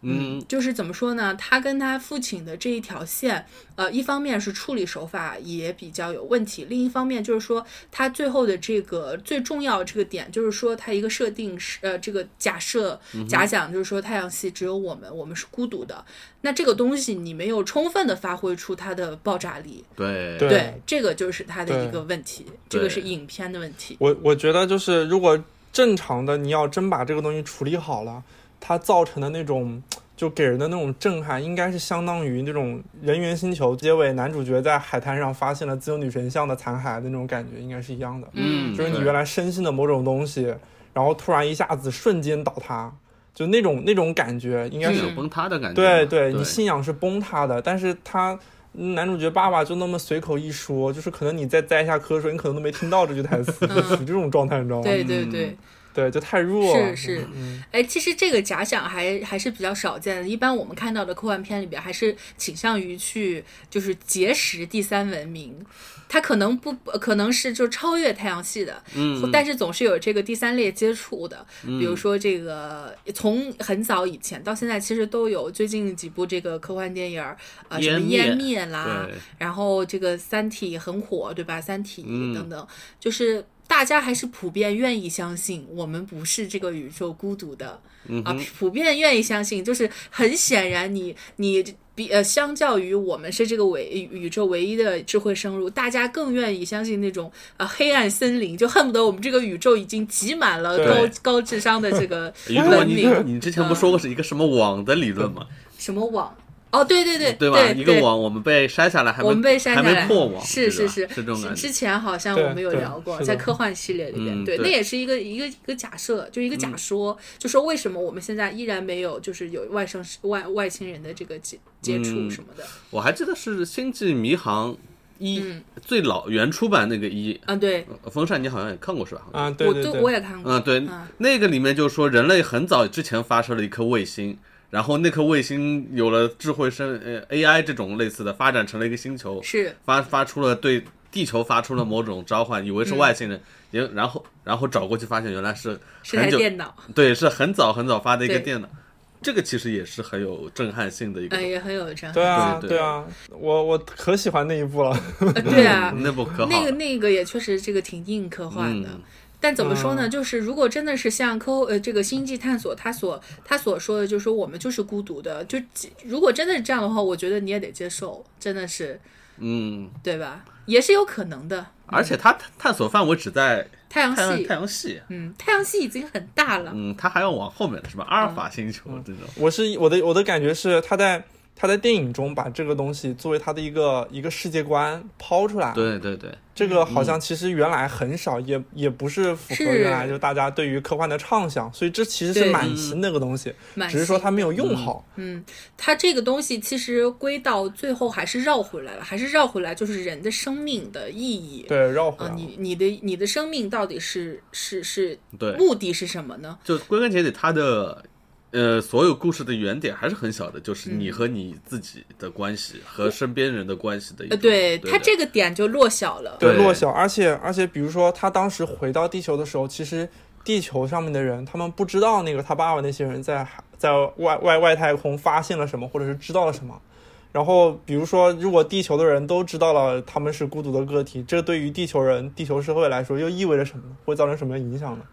B: 嗯，
A: 就是怎么说呢？他跟他父亲的这一条线，呃，一方面是处理手法也比较有问题，另一方面就是说他最后的这个最重要的这个点，就是说他一个设定是呃这个假设
B: 嗯
A: 假想，就是说太阳系只有我们，我们是孤独的。那这个东西你没有充分的发挥出它的爆炸力，
B: 对
C: 对
A: 对，这个就是它的一
C: 对
A: 个问题，这个
B: 对
A: 是影片的问题。
C: 我我觉得就是如果正常的，你要真把这个东西处理好了，它造成的那种。就给人的那种震撼，应该是相当于那种《人猿星球》结尾男主角在海滩上发现了自由女神像的残骸的那种感觉，应该是一样的。
B: 嗯
C: 就是你
B: 对
C: 原来深信的某种东西，然后突然一下子瞬间倒塌，就那种那种感觉，应该
B: 信
C: 是
B: 仰崩塌的感觉，
C: 对
B: 对，
C: 你信仰是崩塌的，但是他嗯男主角爸爸就那么随口一说，就是可能你再栽一下瞌睡，你可能都没听到这句台词，就处于这种状态，你知
B: 哦
C: 道吗？
A: 嗯对对
B: 嗯
A: 对，
C: 对就太弱了。
A: 是是，哎，其实这个假想还还是比较少见的。一般我们看到的科幻片里边，还是倾向于去就是结识第三文明，它可能不可能是就超越太阳系的，
B: 嗯，
A: 但是总是有这个第三类接触的。比如说这个从很早以前到现在，其实都有最近几部这个科幻电影儿，呃，什么
B: 湮
A: 湮
B: 灭
A: 灭啦，
B: 对
A: 然后这个《三体》很火，对吧？《三体》
B: 嗯
A: 等等，就是大家还是普遍愿意相信我们不是这个宇宙孤独的、
B: 嗯
A: 啊，普遍愿意相信，就是很显然你你。比呃，相较于我们是这个唯宇宙唯一的智慧生物，大家更愿意相信那种呃黑暗森林，就恨不得我们这个宇宙已经挤满了
C: 对
A: 高高智商的这 个
B: 宇宙
A: 文
B: 你
A: 明，
B: 你之前不说过是一个什么网的理论吗？
A: 什么网？哦，对对对，
B: 对吧？一个网我们被筛下来，还没
A: 我们被删下
B: 还
A: 来，
B: 没破网，
A: 是
B: 是
A: 是
B: 吧是这种感觉
A: 之。前好像我们有
C: 对对
A: 聊过，
C: 是的
A: 在科幻系列里面，
B: 嗯
A: 对，
B: 对嗯
A: 那也是一个一个一个假设，就一个假说，就说为什么我们现在依然没有就是有外生外外星人的这个接接触
B: 嗯
A: 什么的，
B: 我还记得是《星际迷航》一、
A: 嗯
B: 最老原出版那个一，
A: 啊，对，
B: 呃风扇你好像也看过是吧？
C: 啊，对
A: 我
C: 对
A: 都
C: 对，
A: 我也看过，
B: 嗯，对
A: 嗯，
B: 那个里面就说人类很早之前发射了一颗卫星，然后那颗卫星有了智慧生呃 AI 这种类似的发展成了一个星球，
A: 是
B: 发发出了对地球发出了某种召唤，以为是外星人，也然后然后找过去发现原来是
A: 是
B: 很
A: 台
B: 久
A: 电脑，
B: 对是很早很早发的一个
A: 对
B: 电脑，这个其实也是很有震撼性的一个
A: 嗯，，也很有这样。
C: 对啊
B: 对对
C: 对啊，我我可喜欢那一部了，
A: 呃对啊，
B: 那部可好了，
A: 那个那个也确实这个挺硬科幻的。
B: 嗯
A: 但怎么说呢？就是如果真的是像科呃这个《星际探索》他所他所说的，就是说我们就是孤独的，就如果真的是这样的话，我觉得你也得接受，真的是
B: 嗯，
A: 对吧？也是有可能的。
B: 而且它探索范围只在
A: 太阳
B: 太阳
A: 系，
B: 太阳系，
A: 嗯，太阳系已经很大了，
B: 嗯，它还要往后面是吧？阿尔法星
A: 嗯
B: 球这种。
C: 我是我的我的感觉是他在他在电影中把这个东西作为他的一个一个世界观抛出来，
B: 对嗯对对，
C: 这个好像其实原来很少，也也不是符合
A: 是
C: 原来就大家对于科幻的畅想，所以这其实是
A: 对
B: 嗯
C: 满新的个东西，
A: 蛮
C: 只是说
A: 新
C: 它没有用好。
A: 嗯，它这个东西其实归到最后还是绕回来了，还是绕回来就是人的生命的意义。
C: 对，绕回
A: 啊、
C: 来了。
A: 你你的你的生命到底是是是
B: 对
A: 目的是什么呢？
B: 就归根结底，它的呃所有故事的原点还是很小的，就是你和你自己的关系、和身边人的关系的一
A: 呃，
B: 种。
A: 对
B: 对
A: 它
B: 的
A: 这个点就落小了。
C: 对
B: 对
C: 落小，而且而且，比如说他当时回到地球的时候，其实地球上面的人他们不知道那个他爸爸那些人在海在外外外太空发现了什么，或者是知道了什么。然后比如说，如果地球的人都知道了他们是孤独的个体，这对于地球人、地球社会来说又意味着什么呢？会造成什么影响呢？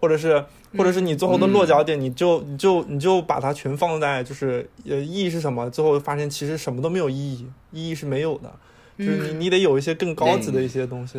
C: 或者是，或者是你最后的
A: 嗯
C: 落脚点，你就你就你就把它全放在就是呃意义是什么？最后发现其实什么都没有意义，意义是没有的，就是你
A: 嗯
C: 你得有一些更高级的一些东西，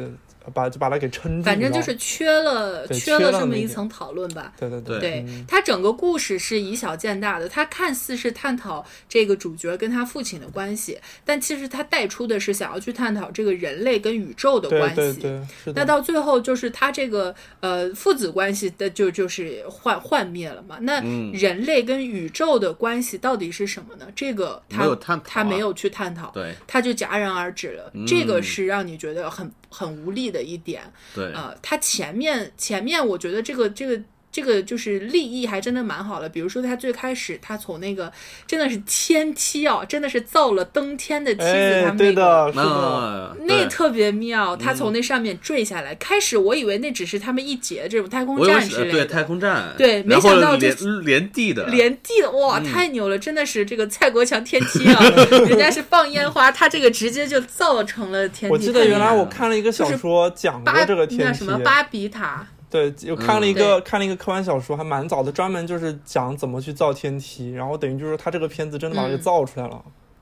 C: 把就把它给撑住。
A: 反正就
C: 你知道吗
A: 是缺了
C: 对
A: 缺
C: 缺
A: 了
C: 了
A: 这么
C: 那嗯
A: 一
C: 一
A: 层讨论吧。
C: 对对
B: 对
A: 对它整个故事是以小见大的，它看似是探讨这个主角跟他父亲的关系，但其实它带出的是想要去探讨这个人类跟宇宙的关
C: 对
A: 系。
C: 对对，是
A: 那
C: 的。
A: 到最后就是他这个呃父子关系的就就是幻幻灭了嘛？那
B: 嗯
A: 人类跟宇宙的关系到底是什么呢？这个他
B: 没有探讨啊
A: 他没有去探讨，
B: 对
A: 他就戛然而止
C: 嗯
A: 了。这个是让你觉得很很无力的一点。
B: 对，
A: 呃，他前面前面我觉得这个这个。这个就是立意还真的蛮好的，比如说他最开始他从那个真的是天梯啊，真的是造了登天的梯子，
C: 哎
A: 他，们那
C: 对
A: 个
C: 的，是嗯的，
B: 那
A: 那
B: 对
A: 特别妙，他从那上面坠下来。开始我以为那只是他们一节这种太空
B: 我有
A: 站之
B: 是
C: 呃
B: 呃
A: 类
B: 对
A: 的，
B: 太空站，
A: 对没
B: 然后
A: 想到这
B: 连连地的，
A: 连地的
C: 嗯
A: 哇，太牛了！真的是这个蔡国强天梯啊， 人家是放烟花，他这个直接就造成了天梯。
C: 我记得原来
A: 太
C: 我看了一个小说讲过
A: 巴
C: 这个
A: 那
C: 天
A: 什
C: 梯，
A: 么巴比塔，
C: 对，有看了一个、看了一个科幻小说，还蛮早的，专门就是讲怎么去造天梯，然后等于就是他这个片子真的把它给
A: 嗯
C: 造出来了，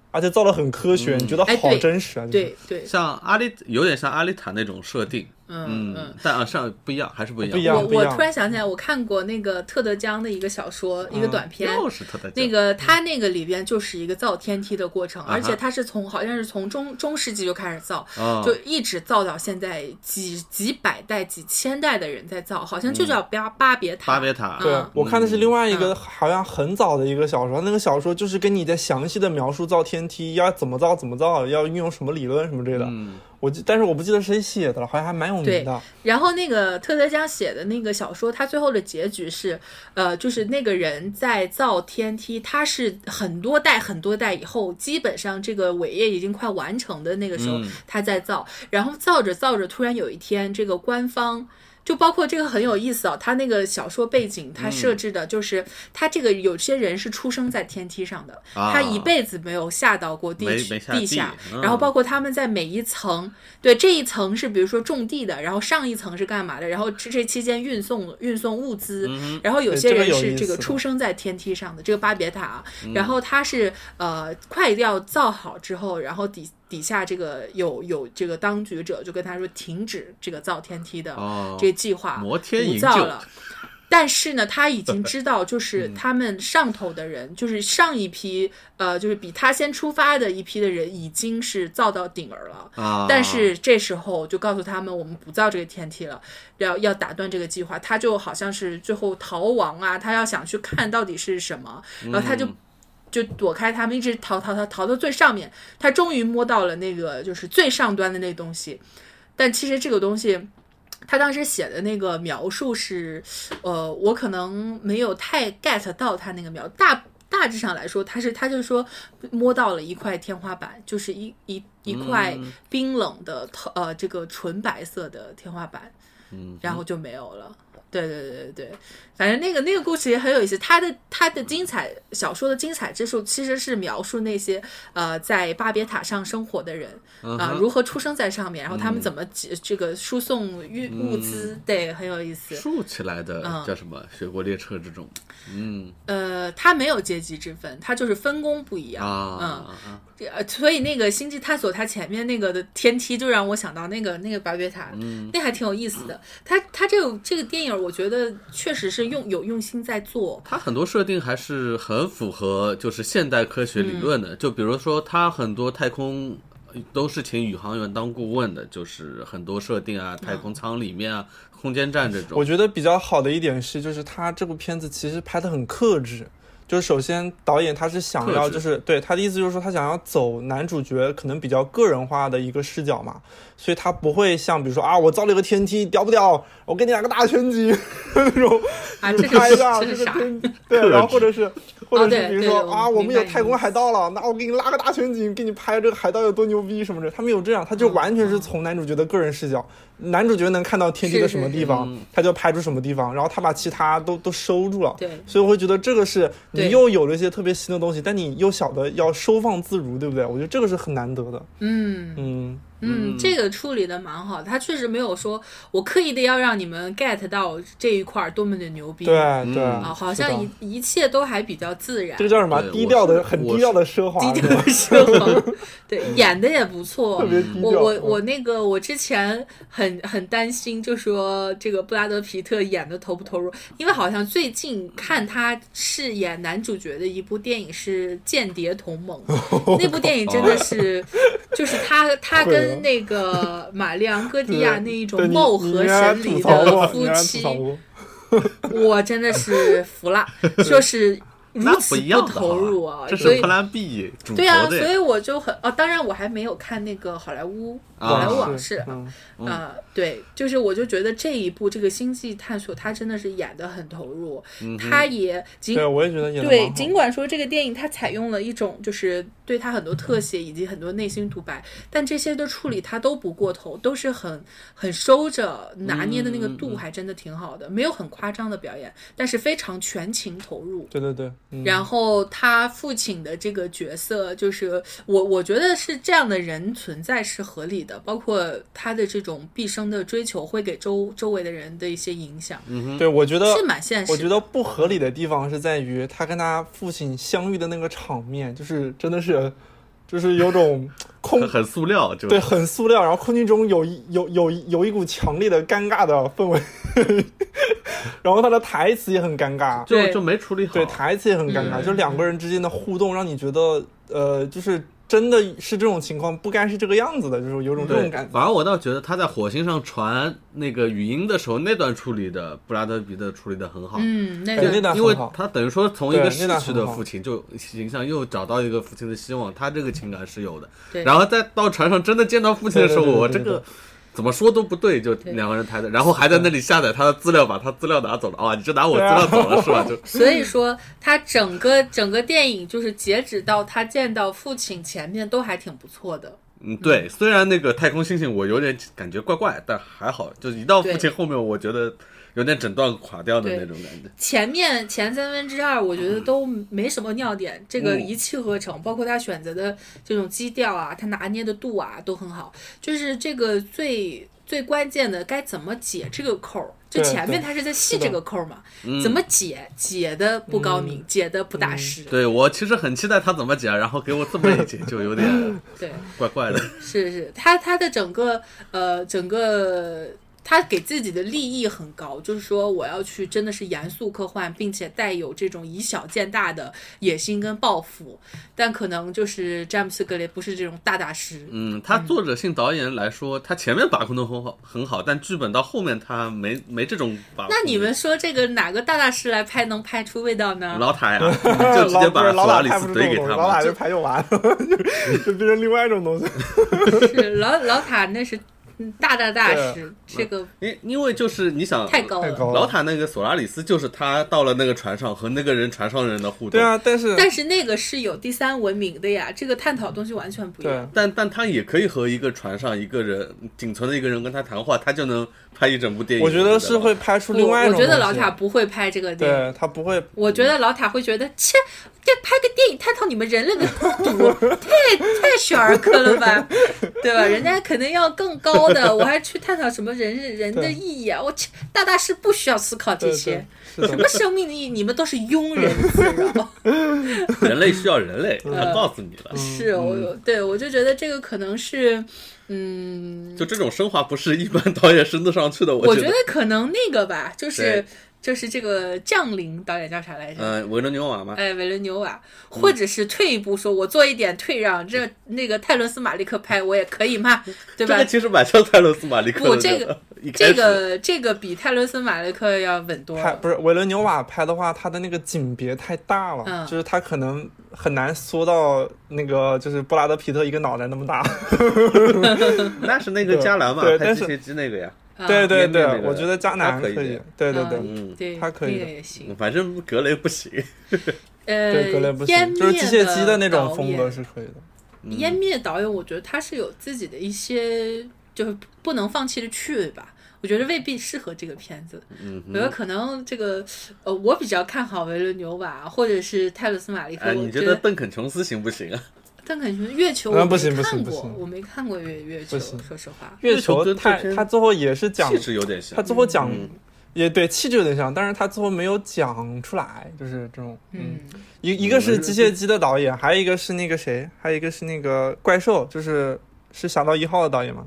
C: 而且造的很科学，你觉得
A: 哎
C: 好
A: 对
C: 真实啊！就是，
A: 对对，
B: 像阿丽有点像阿丽塔那种设定，
A: 嗯
B: 嗯，但啊上不一样，还是不一样，
C: 不一样
A: 我我
C: 样
A: 突然想起来，我看过那个特德·江的一个小说，一个
C: 嗯
A: 短片，
B: 又是他的
A: 那个它那个里边就是一个造天梯的过程，
C: 啊
B: 哈
A: 而且它是从好像是从中中世纪就开始造，
C: 嗯
B: 啊
A: 就一直造到现在几几百代、几千代的人在造，好
C: 嗯
A: 像就叫巴巴别塔。
B: 巴别塔，
C: 对
A: 嗯
C: 我看的是另外一个好像很早的一个小说，那个小说就是跟你在详细的描述造天梯要怎么造、怎么造，要运用什么理论什么之类的。我记，但是我不记得谁写的了，好像还蛮有名
A: 对
C: 的。
A: 然后那个特德·江写的那个小说，他最后的结局是，呃，就是那个人在造天梯，他是很多代很多代以后，基本上这个伟业已经快完成的那个时候，他在造，然后造着造着，突然有一天，这个官方。就包括这个很有意思啊，他那个小说背景，他设置的就是、他这个有些人是出生在天梯上的，
B: 啊
A: 他一辈子没有下到过地
B: 没
A: 区
B: 没下
A: 地下，
B: 地嗯
A: 然后包括他们在每一层对，这一层是比如说种地的，然后上一层是干嘛的，然后这这期间运送运送物资，然后有些
C: 对这个
A: 人
C: 有
A: 是
C: 意
A: 这个
C: 思的
A: 出生在天梯上的这个巴别塔啊，然后它是呃快要造好之后，然后底底下这个有有这个当局者就跟他说停止这个造天梯的
B: 哦
A: 这个计划，
B: 摩天营
A: 不
B: 救嗯
A: 造了。但是呢，他已经知道，就是他们上头的人，就是上一批，呃，就是比他先出发的一批的人，已经是造到顶儿了。
B: 啊，
A: 但是这时候就告诉他们，我们不造这个天梯了，要要打断这个计划。他就好像是最后逃亡啊，他要想去看到底是什么，然后他就就躲开他们，一直逃逃逃逃到最上面，他终于摸到了那个就是最上端的那东西，但其实这个东西。他当时写的那个描述是，呃，我可能没有太 get 到他那个描，大大致上来说，他是他就说摸到了一块天花板，就是一一一块
B: 嗯
A: 冰冷的透呃这个纯白色的天花板，
B: 嗯，
A: 然后就没有了。对对对对对，反正那个那个故事也很有意思。它的它的精彩小说的精彩之处，其实是描述那些呃在巴别塔上生活的人
B: 嗯
A: 啊、
B: 哼嗯
A: 如何出生在上面，然后他们怎么解这个输送运物资，对，很有意思。
B: 竖起来的
A: 嗯
B: 叫什么？雪国列车这种，嗯
A: 呃，它没有阶级之分，它就是分工不一样。
B: 啊，
A: 这呃，所以那个《星际探索》它前面那个的天梯，就让我想到那个那个巴别塔，
C: 嗯
A: 那还挺有意思的。它它这个这个电影，我觉得确实是用有用心在 做。
B: 它很多设定还是很符合就是现代科学理论的，就比如说它很多太空。都是请宇航员当顾问的，就是很多设定啊，太空舱里面啊，空间站这种。
C: 我觉得比较好的一点是，就是他这部片子其实拍的很克制。就是首先，导演他是想要，
B: 克制
C: 就是对他的意思就是说，他想要走男主角可能比较个人化的一个视角嘛，所以他不会像比如说啊，我造了一个天梯，屌不屌？我给你来个大全景 那种，
A: 啊，
C: 你
A: 这
C: 拍
A: 个
C: 一下
A: 这
C: 这
A: 是
C: 个
A: 啥？哦
C: 天梯，对，然后或者是或者
A: 对
C: 是比如
A: 对
C: 说
A: 我
C: 啊，我们
A: 明白
C: 有
A: 你
C: 太
A: 意
C: 空
A: 思
C: 海盗了，那我给你拉个大全景，给你拍这个海盗有多牛逼什么的，他没有这样，他就
A: 嗯
C: 完全是从男主角的个人视角，男主角能看到天梯的
A: 是
C: 什么
A: 是嗯
C: 地方，他就拍出什么地方，然后他把其他都都收住了。
A: 对
C: 所以我会觉得这个是
A: 对
C: 你又有了一些特别新的东西，但你又晓得要收放自如，对不对？我觉得这个是很难得的。
A: 嗯。
C: 嗯，
A: 嗯，这个处理的蛮好的，他确实没有说我刻意的要让你们 get 到这一块儿多么的牛逼，
C: 对对
A: 啊，
B: 嗯
A: 好
C: 是
A: 像
C: 的
A: 一一切都还比较自然
C: 这，个叫什么？
B: 对
C: 低调的，
B: 我是
C: 很
B: 我
C: 低
B: 是
C: 调的奢华，
A: 低
C: 对吧
A: 调生 活，对，演的也不错
C: 特。别低
A: 我
C: 调。
A: 我我
C: 嗯
A: 那个我之前很很担心，就说这个布拉德皮特演的投不投入，因为好像最近看他饰演男主角的一部电影是《间谍同 盟》，那部电影真的是，就是他他
C: 会了
A: 跟那个玛丽昂戈迪亚那一种
C: 对你
A: 貌
C: 你
A: 合
C: 原来
A: 神离
C: 吐槽过
A: 的
C: 你
A: 夫
C: 原来吐
A: 妻，
C: 槽过。
A: 我真的是服 了，就是如
B: 那不
A: 此
B: 一样的
A: 投入
B: 好
A: 啊
B: 吧，这
A: 所
B: 是
A: 以
B: 荷兰 B 主
A: 对
B: 播
A: 啊，
B: 的，
A: 所以我就很哦，当然我还没有看那个好莱坞
B: 啊
A: 好莱坞往
C: 是
A: 事，
C: 嗯
A: 呃，对，就是我就觉得这一部这个星际探索，他真的是演的很投入，他也尽
C: 对，我也啊觉得演得蛮
A: 对，
C: 好
A: 尽管说这个电影它采用了一种就是对它很多特写以及很多内心独白，但这些的处理它都不过头，都是很很收着拿捏的那个度，还真的挺好的，没有很夸张的表演，但是非常全情投入。
C: 对对对，嗯
A: 然后他父亲的这个角色，就是我我觉得是这样的人存在是合理的，包括他的这种毕生的追求会给周周围的人的一些影响，
C: 对，我觉得
A: 嗯是蛮现实
C: 我
A: 的。
C: 觉得不合理的地方是在于他跟他父亲相遇的那个场面，就是真的是，就是有种 空
B: 很很塑料，就
C: 对
B: 是
C: 很塑料，然后空气中有一有有有一股强烈的尴尬的氛围， 然后他的台词也很尴尬，
A: 对
B: 就就没处理好。
C: 对台词也很尴尬，
A: 嗯
C: 就两个人之间的互动让你觉得呃，就是真的是这种情况不该是这个样子的，就是有种这种
B: 对，
C: 感觉。
B: 反而我倒觉得他在火星上传那个语音的时候，那段处理的布拉德彼特处理的很好。
A: 嗯，那
C: 对
A: 个
C: 那段
B: 因为
C: 很好
B: 他等于说从一个
C: 对
B: 逝
C: 那段
B: 去
C: 很
B: 的
C: 好
B: 父亲就形象又找到一个父亲的希望，他这个情感是有的。
A: 对
B: 然后再到船上真的见到父亲的时候，
C: 对对对
B: 我
C: 对
B: 这
C: 对
B: 个怎么说都不对，就两个人抬的，然后还在那里下载他的资料，把他资料拿走了啊！你就拿我资
C: 对啊
B: 料走了是 吧？就
A: 所以说，他整个整个电影就是截止到他见到父亲前面都还挺不错的。
B: 嗯，对，虽然那个太空猩猩我有点感觉怪怪，但还好，就是一到父
A: 对
B: 亲后面，我觉得有点整段垮掉的
A: 对
B: 那种感觉。
A: 前面前三分之二，我觉
C: 嗯
A: 得都没什么尿点，这个一气呵成，包括他选择的这种基调啊，他拿捏的度啊都很好。就是这个最最关键的，该怎么解这个扣儿？就
C: 对
A: 前面
C: 对
A: 他是在细
C: 是的嗯
A: 这个扣儿嘛，怎么解解的不高明，解的不打实。
B: 对我其实很期待他怎么解，然后给我这么一解，就有点
A: 对，
B: 怪怪的。
A: 是是，他他的整个呃整个他给自己的立意很高，就是说我要去真的是严肃科幻，并且带有这种以小见大的野心跟抱负。但可能就是詹姆斯·格雷不是这种大大师，
B: 嗯，他作者性导演来说，他前面把控的很好，很好，但剧本到后面他没没这种把控。
A: 那你们说这个哪个大大师来拍能拍出味道呢？
B: 老 塔呀，你就直接把
C: 老
B: 索
C: 打
B: 拉里
C: 拍
B: 斯
C: 不出
B: 怼
C: 这
B: 给
C: 种东
B: 他
C: 西，老打
B: 嘛，
C: 就拍就完了， 就就变成另外一种东西。
A: 是老老塔那是嗯大大大师，这个
B: 因因为就是你想
A: 太高
C: 太
A: 了。
C: 高
B: 老
C: 了。
B: 塔那个索拉里斯就是他到了那个船上和那个人船上人的互动，
C: 对啊，但是
A: 但是那个是有第三文明的呀，这个探讨的东西完全不一样。
C: 对，
B: 但但他也可以和一个船上一个人仅存的一个人跟他谈话，他就能拍一整部电影。
C: 我觉得是会拍出另外一
A: 我
C: 种
A: 我
C: 东西。
A: 觉得老塔不会拍这个电影，
C: 对他不会，
A: 我觉得老塔会觉得切。这拍个电影探讨你们人类的孤独，太太小儿科了吧，对吧？人家肯定要更高的，我还去探讨什么人人的意义啊！我切，大大师不需要思考这
C: 对
A: 些，
C: 对
A: 什
C: 是
A: 么
C: 的，
A: 生命的意义，你们都是庸人自扰。
B: 人类需要人 类，
A: 嗯
B: 他告诉你了，
A: 是我，对我就觉得这个可能是，嗯，
B: 就这种升华不是一般导演升得上去的。
A: 我
B: 觉
A: 觉得，可能那个吧，就是
B: 对
A: 就是这个降临导演叫啥来着？
B: 呃，维伦纽瓦嘛，
A: 哎，维伦纽瓦，
C: 嗯
A: 或者是退一步说，我做一点退让，这那个泰伦斯·马利克拍我也可以嘛，
C: 嗯
A: 对
B: 这
A: 吧
B: 个？其实蛮像泰勒斯马利克的。
A: 不这个
B: 一开
A: 这
B: 始
A: 个这个比泰伦斯·马利克要稳多
C: 拍
A: 了。
C: 不是维伦纽瓦拍的话，他的那个景别太大了，
A: 嗯
C: 就是他可能很难缩到那个就是布拉德皮特一个脑袋那么大。
B: 那是那个加兰嘛，
C: 对
B: 拍
C: 但
B: 机
C: 是
B: 械姬那个呀。
A: 啊
C: 对对
B: 边
C: 对
B: 边那，个
C: 我觉得迦南
B: 他可以
C: 以，对对对。
A: 嗯
B: 嗯，
A: 对，
C: 他可以
A: 那
C: 的嗯
A: 个也行。
B: 反正格雷不行。
A: 呃，
C: 对，格雷不行，就是机械姬的那种风格嗯是可以的。
A: 湮灭导演。湮灭导演，我觉得他是有自己的一些就是不能放弃的趣味吧。我觉得未必适合这个片子，
B: 嗯
A: 我觉得可能这个，呃，我比较看好维伦纽瓦或者是泰勒斯马利克。
B: 哎，
A: 我
B: 你觉
A: 得
B: 得邓肯琼斯行不行啊？
A: 邓肯琼斯月球
C: 啊
A: 我
C: 不
A: 没
C: 行不
A: 看
C: 行不
A: 过，
C: 行
A: 我没看过月月球，
C: 不行
A: 说实话。
C: 月
B: 球
C: 球
B: 跟
C: 太
B: 这些，
C: 他最后也是讲
B: 气，质有点像
C: 他。最后讲
B: 嗯
C: 也对气质有点像，但是他最后没有讲出来，就是这种，嗯
A: 嗯，
C: 一一个是机械姬的导演，还有一个是那个谁，还有一个是那个怪兽，就是是《侠盗一号》的导演吗？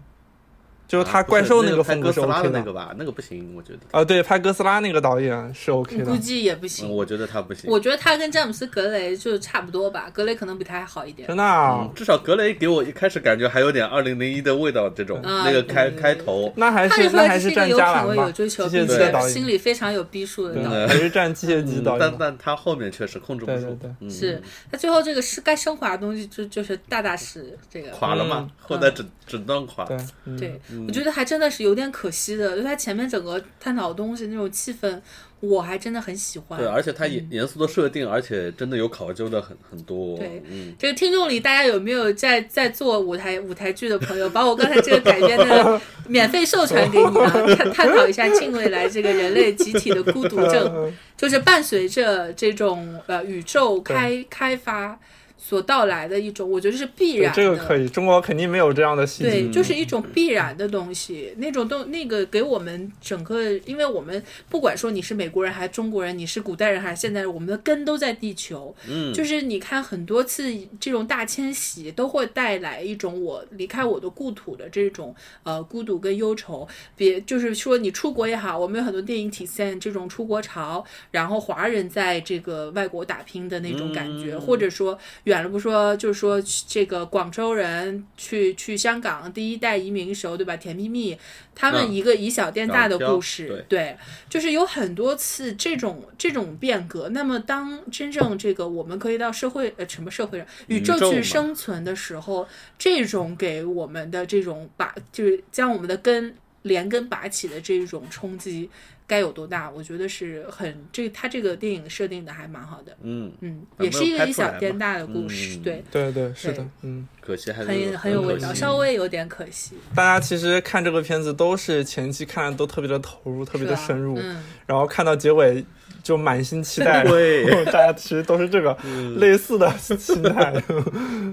C: 就是他
B: 啊不
C: 怪兽
B: 那
C: 个
B: 拍
C: 风格
B: 哥
C: 是
B: 斯拉
C: OK
B: 的
C: 的
B: 那个吧，那个不行，我觉得。
C: 啊，对，拍哥斯拉那个导演是 OK
A: 估
C: 的，
A: 计也不行。
B: 嗯，我觉得他不行。
A: 我觉得他跟詹姆斯·格雷就差不多吧，格雷可能比他还好一点。
C: 真的啊
B: 嗯，，至少格雷给我一开始感觉还有点二零零一的味道，这种、
A: 啊
B: 那个开
A: 对
B: 开头，
C: 那还
A: 看
C: 是
A: 得出
C: 那
A: 来
C: 还
A: 这
C: 是
A: 是一个
C: 占
A: 有
C: 加
A: 品
C: 兰
A: 味、
C: 吧，
A: 有
C: 机
A: 追求，
C: 械
A: 并
C: 姬
B: 对
C: 的
A: 且
C: 导
A: 心
C: 演，
A: 理非常有逼数的
C: 真
A: 导
C: 的
A: 演。
B: 嗯
C: 还是占机械姬
B: 嗯
C: 导
B: 但
C: 演。
B: 但他后面确实控制不
C: 对
B: 住，
C: 对对
B: 嗯、
A: 是他最后这个是该升华的东西就就是大大师这个。
B: 垮了嘛，后
A: 嗯
B: 来整整段垮。
C: 对，嗯
A: 对，我觉得还真的是有点可惜的，就他前面整个探讨的东西那种气氛，我还真的很喜欢。
B: 对，而且他
A: 嗯
B: 严严肃的设定，而且真的有考究的很很多。
A: 对
B: 嗯，
A: 这个听众里，大家有没有在在做舞台舞台剧的朋友，把我刚才这个改编的免费授权给你啊， 探探讨一下近未来这个人类集体的孤独
C: 呃
A: 症，就是伴随着这种呃宇宙开开发所到来的一种，我觉得是必
C: 对
A: 然的。
C: 这个可以，中国肯定没有这样的戏剧。
A: 对，就是一种必然的东西，那种东那个给我们整个，因为我们不管说你是美国人还是中国人，你是古代人还是现代人，我们的根都在地球。
B: 嗯
A: 就是你看很多次这种大迁徙都会带来一种我离开我的故土的这种呃孤独跟忧愁。别就是说你出国也好，我们有很多电影体现这种出国潮，然后华人在这个外国打拼的那种感觉，
B: 嗯
A: 或者说远了不说，就是说这个广州人去去香港第一代移民时候，对吧？甜蜜蜜，他们
B: 嗯
A: 一个以小见大的
B: 港漂
A: 故事，对，就是有很多次这种这种变革。那么当真正这个我们可以到社会呃什么社会上宇宙
B: 宇宙
A: 去
B: 嘛
A: 生存的时候，这种给我们的这种把就是将我们的根连根拔起的这种冲击该有多大？我觉得是很这他这个电影设定的还蛮好的，
B: 嗯，
A: 嗯，
B: 反
A: 也
B: 正
A: 是一
B: 拍
A: 个以
B: 出来
A: 小见
B: 嘛
A: 大的故事，
B: 嗯
A: 对，
C: 对对是
A: 对
C: 的，嗯，
B: 可惜还是
A: 很很有
B: 可
A: 味道，
B: 惜
A: 稍微有点可惜，
C: 大家其实看这个片子都是前期看的都特别的投入，特别
A: 是
C: 的
A: 吧？
C: 深入，
A: 嗯，
C: 然后看到结尾就满心期待。
B: 对，
C: 大家其实都是这个类似的心 态。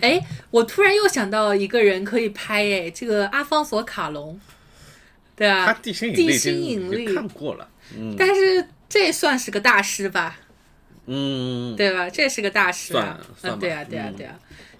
A: 哎，我突然又想到一个人可以拍，哎，这个阿方索卡隆，对
B: 他
A: 啊，
B: 地心引
A: 地
B: 力
A: 心
B: 这个
A: 引
B: 你
A: 力
B: 看过了。嗯
A: 但是这算是个大师吧，
B: 嗯，
A: 对吧？这是个大师啊
B: 算，算
A: 嗯，
B: 吧
A: 对啊，对啊，
B: 嗯
A: 对啊，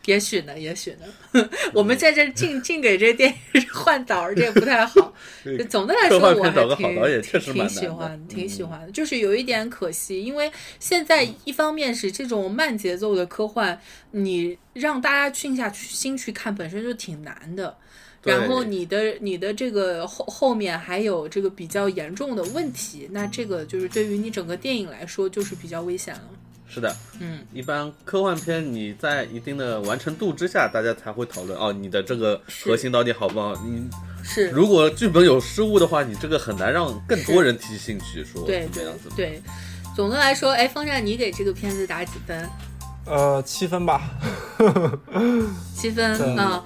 A: 也许呢，也许呢， 我们在这尽尽给这电影换导儿，这也不太好。
B: 对
A: 总的来说，
B: 科幻
A: 我
B: 片
A: 还
B: 找个好
A: 挺
B: 导演确实蛮
A: 挺喜
B: 难的
A: 欢，挺喜
B: 嗯
A: 欢的，就是有一点可惜，因为现在一方面是这种慢节奏的科幻，你让大家静下去心去看，本身就挺难的。然后
B: 对
A: 你的你的这个后后面还有这个比较严重的问题，那这个就是对于你整个电影来说就是比较危险了。
B: 是的，
A: 嗯，
B: 一般科幻片你在一定的完成度之下，大家才会讨论哦，你的这个
A: 是
B: 核心到底好不好？你
A: 是。
B: 如果剧本有失误的话，你这个很难让更多人提起兴趣，说
A: 对
B: 怎么
A: 对
B: 样子。
A: 对，总的来说，哎，风扇，你给这个片子打几分？
C: 呃，七分吧。
A: 七分
C: 对。
A: 啊、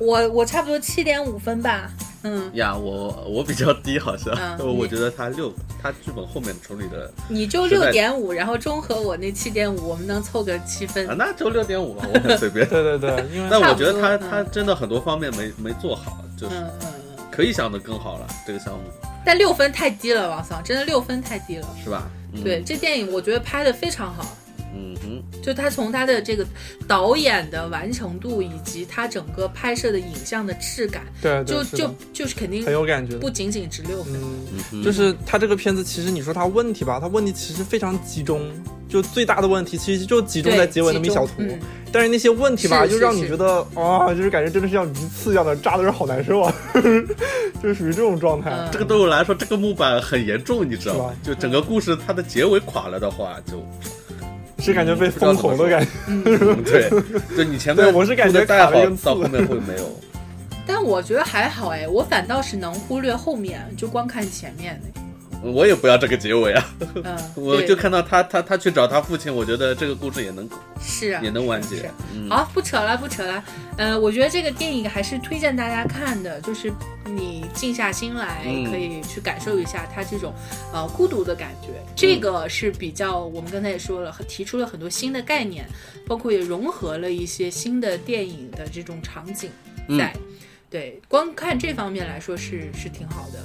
A: 我我差不多七点五分吧。嗯，
B: 呀，我我比较低，好像、
A: 嗯
B: 我
A: 你
B: 觉得他六，他剧本后面处理的
A: 你就
B: 实在
A: 六点五，然后中和我那七点五，我们能凑个七分
B: 啊，。那就六点五吧，我很随便
C: 对对对，因为
B: 但我觉得他
A: 差不多嗯
B: 他真的很多方面没没做好，就是
A: 嗯嗯嗯，
B: 可以想的更好了，这个项目
A: 但六分太低了，王桑，真的六分太低了。
B: 是吧？嗯、
A: 对，，这电影我觉得拍的非常好，
B: 嗯哼，
A: 就他从他的这个导演的完成度以及他整个拍摄的影像的质感，
C: 对对
A: 就是
C: 的
A: 就就是肯定
C: 很有感觉的。
A: 不仅仅值六分。
C: 嗯，
B: 嗯哼，
C: 就是他这个片子，其实你说他问题吧，他问题其实非常集中，就最大的问题其实就集中
A: 对
C: 在结尾那么一
A: 集
C: 小
A: 中
C: 坨。
A: 嗯
C: 但是那些问题吧，
A: 是
C: 就是让你
A: 是
C: 觉得啊，就是感觉真的是像鱼刺一样的扎的人好难受啊， 就是属于这种状态。
A: 嗯
B: 这个对我来说，这个木板很严重，你知道吗
C: 是
B: 就
C: 吧？
B: 整个故事它的结尾垮了的话，就是
C: 感觉被封红的感觉。
B: 嗯对，就你前面
C: 对我是感觉
B: 铺得再
C: 卡了一
B: 好
C: 根，刺
B: 到后面会没有。
A: 但我觉得还好哎，我反倒是能忽略后面，就光看前面的。
B: 我也不要这个结 尾啊！
A: 嗯，
B: 我
A: 对
B: 就看到他他他去找他父亲，我觉得这个故事也能
A: 是啊
B: 也能完结
A: 是。
B: 嗯，
A: 好，不扯了，不扯了。呃，我觉得这个电影还是推荐大家看的，就是你静下心来，
B: 嗯
A: 可以去感受一下它这种呃孤独的感觉。这
B: 嗯
A: 个是比较，我们刚才也说了，提出了很多新的概念，包括也融合了一些新的电影的这种场景在。
B: 嗯
A: 对，光看这方面来说是是挺好的。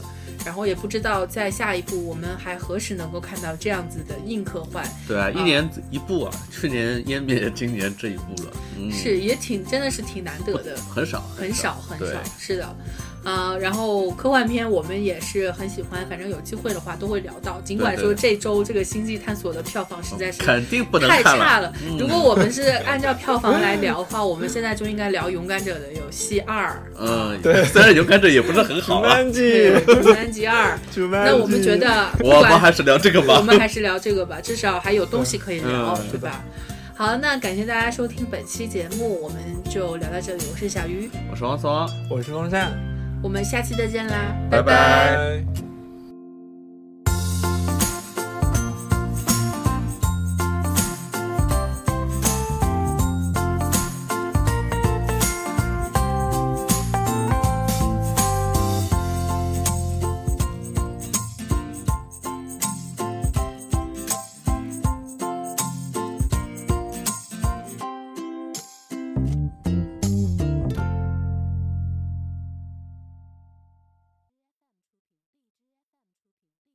A: 然后也不知道在下一步我们还何时能够看到这样子的硬科幻，
B: 对啊，一
A: 啊
B: 年一部啊，去年湮灭，今年这一部了，嗯，
A: 是也挺真的是挺难得的。
B: 很少
A: 很少很
B: 对
A: 少，是的，啊、然后科幻片我们也是很喜欢，反正有机会的话都会聊到。尽管
B: 对
A: 说
B: 对
A: 这周这个《星际探索》的票房实在是
B: 肯定不能
A: 太
B: 看
A: 差
B: 了。嗯
A: 了。如果我们是按照票房来聊的话，我们现在就应该聊《勇敢者的游戏二》。
B: 嗯，对，虽然勇敢者也不是很好 啊，
A: 对，
C: Jumanji，。
A: 《勇敢集 二》
C: Jumanji
A: 那我们觉得，不
B: 嗯我们
A: 管
B: 还是聊这个
A: 我
B: 吧。
A: 们还是聊这个 吧，至少还有东西可以聊，
B: 嗯
A: 对吧？好，那感谢大家收听本期节目，我们就聊到这里。我是小鱼，
B: 我是王松。
C: 我是风扇，
A: 我们下期再见啦，
B: 拜拜
A: 拜
C: 拜。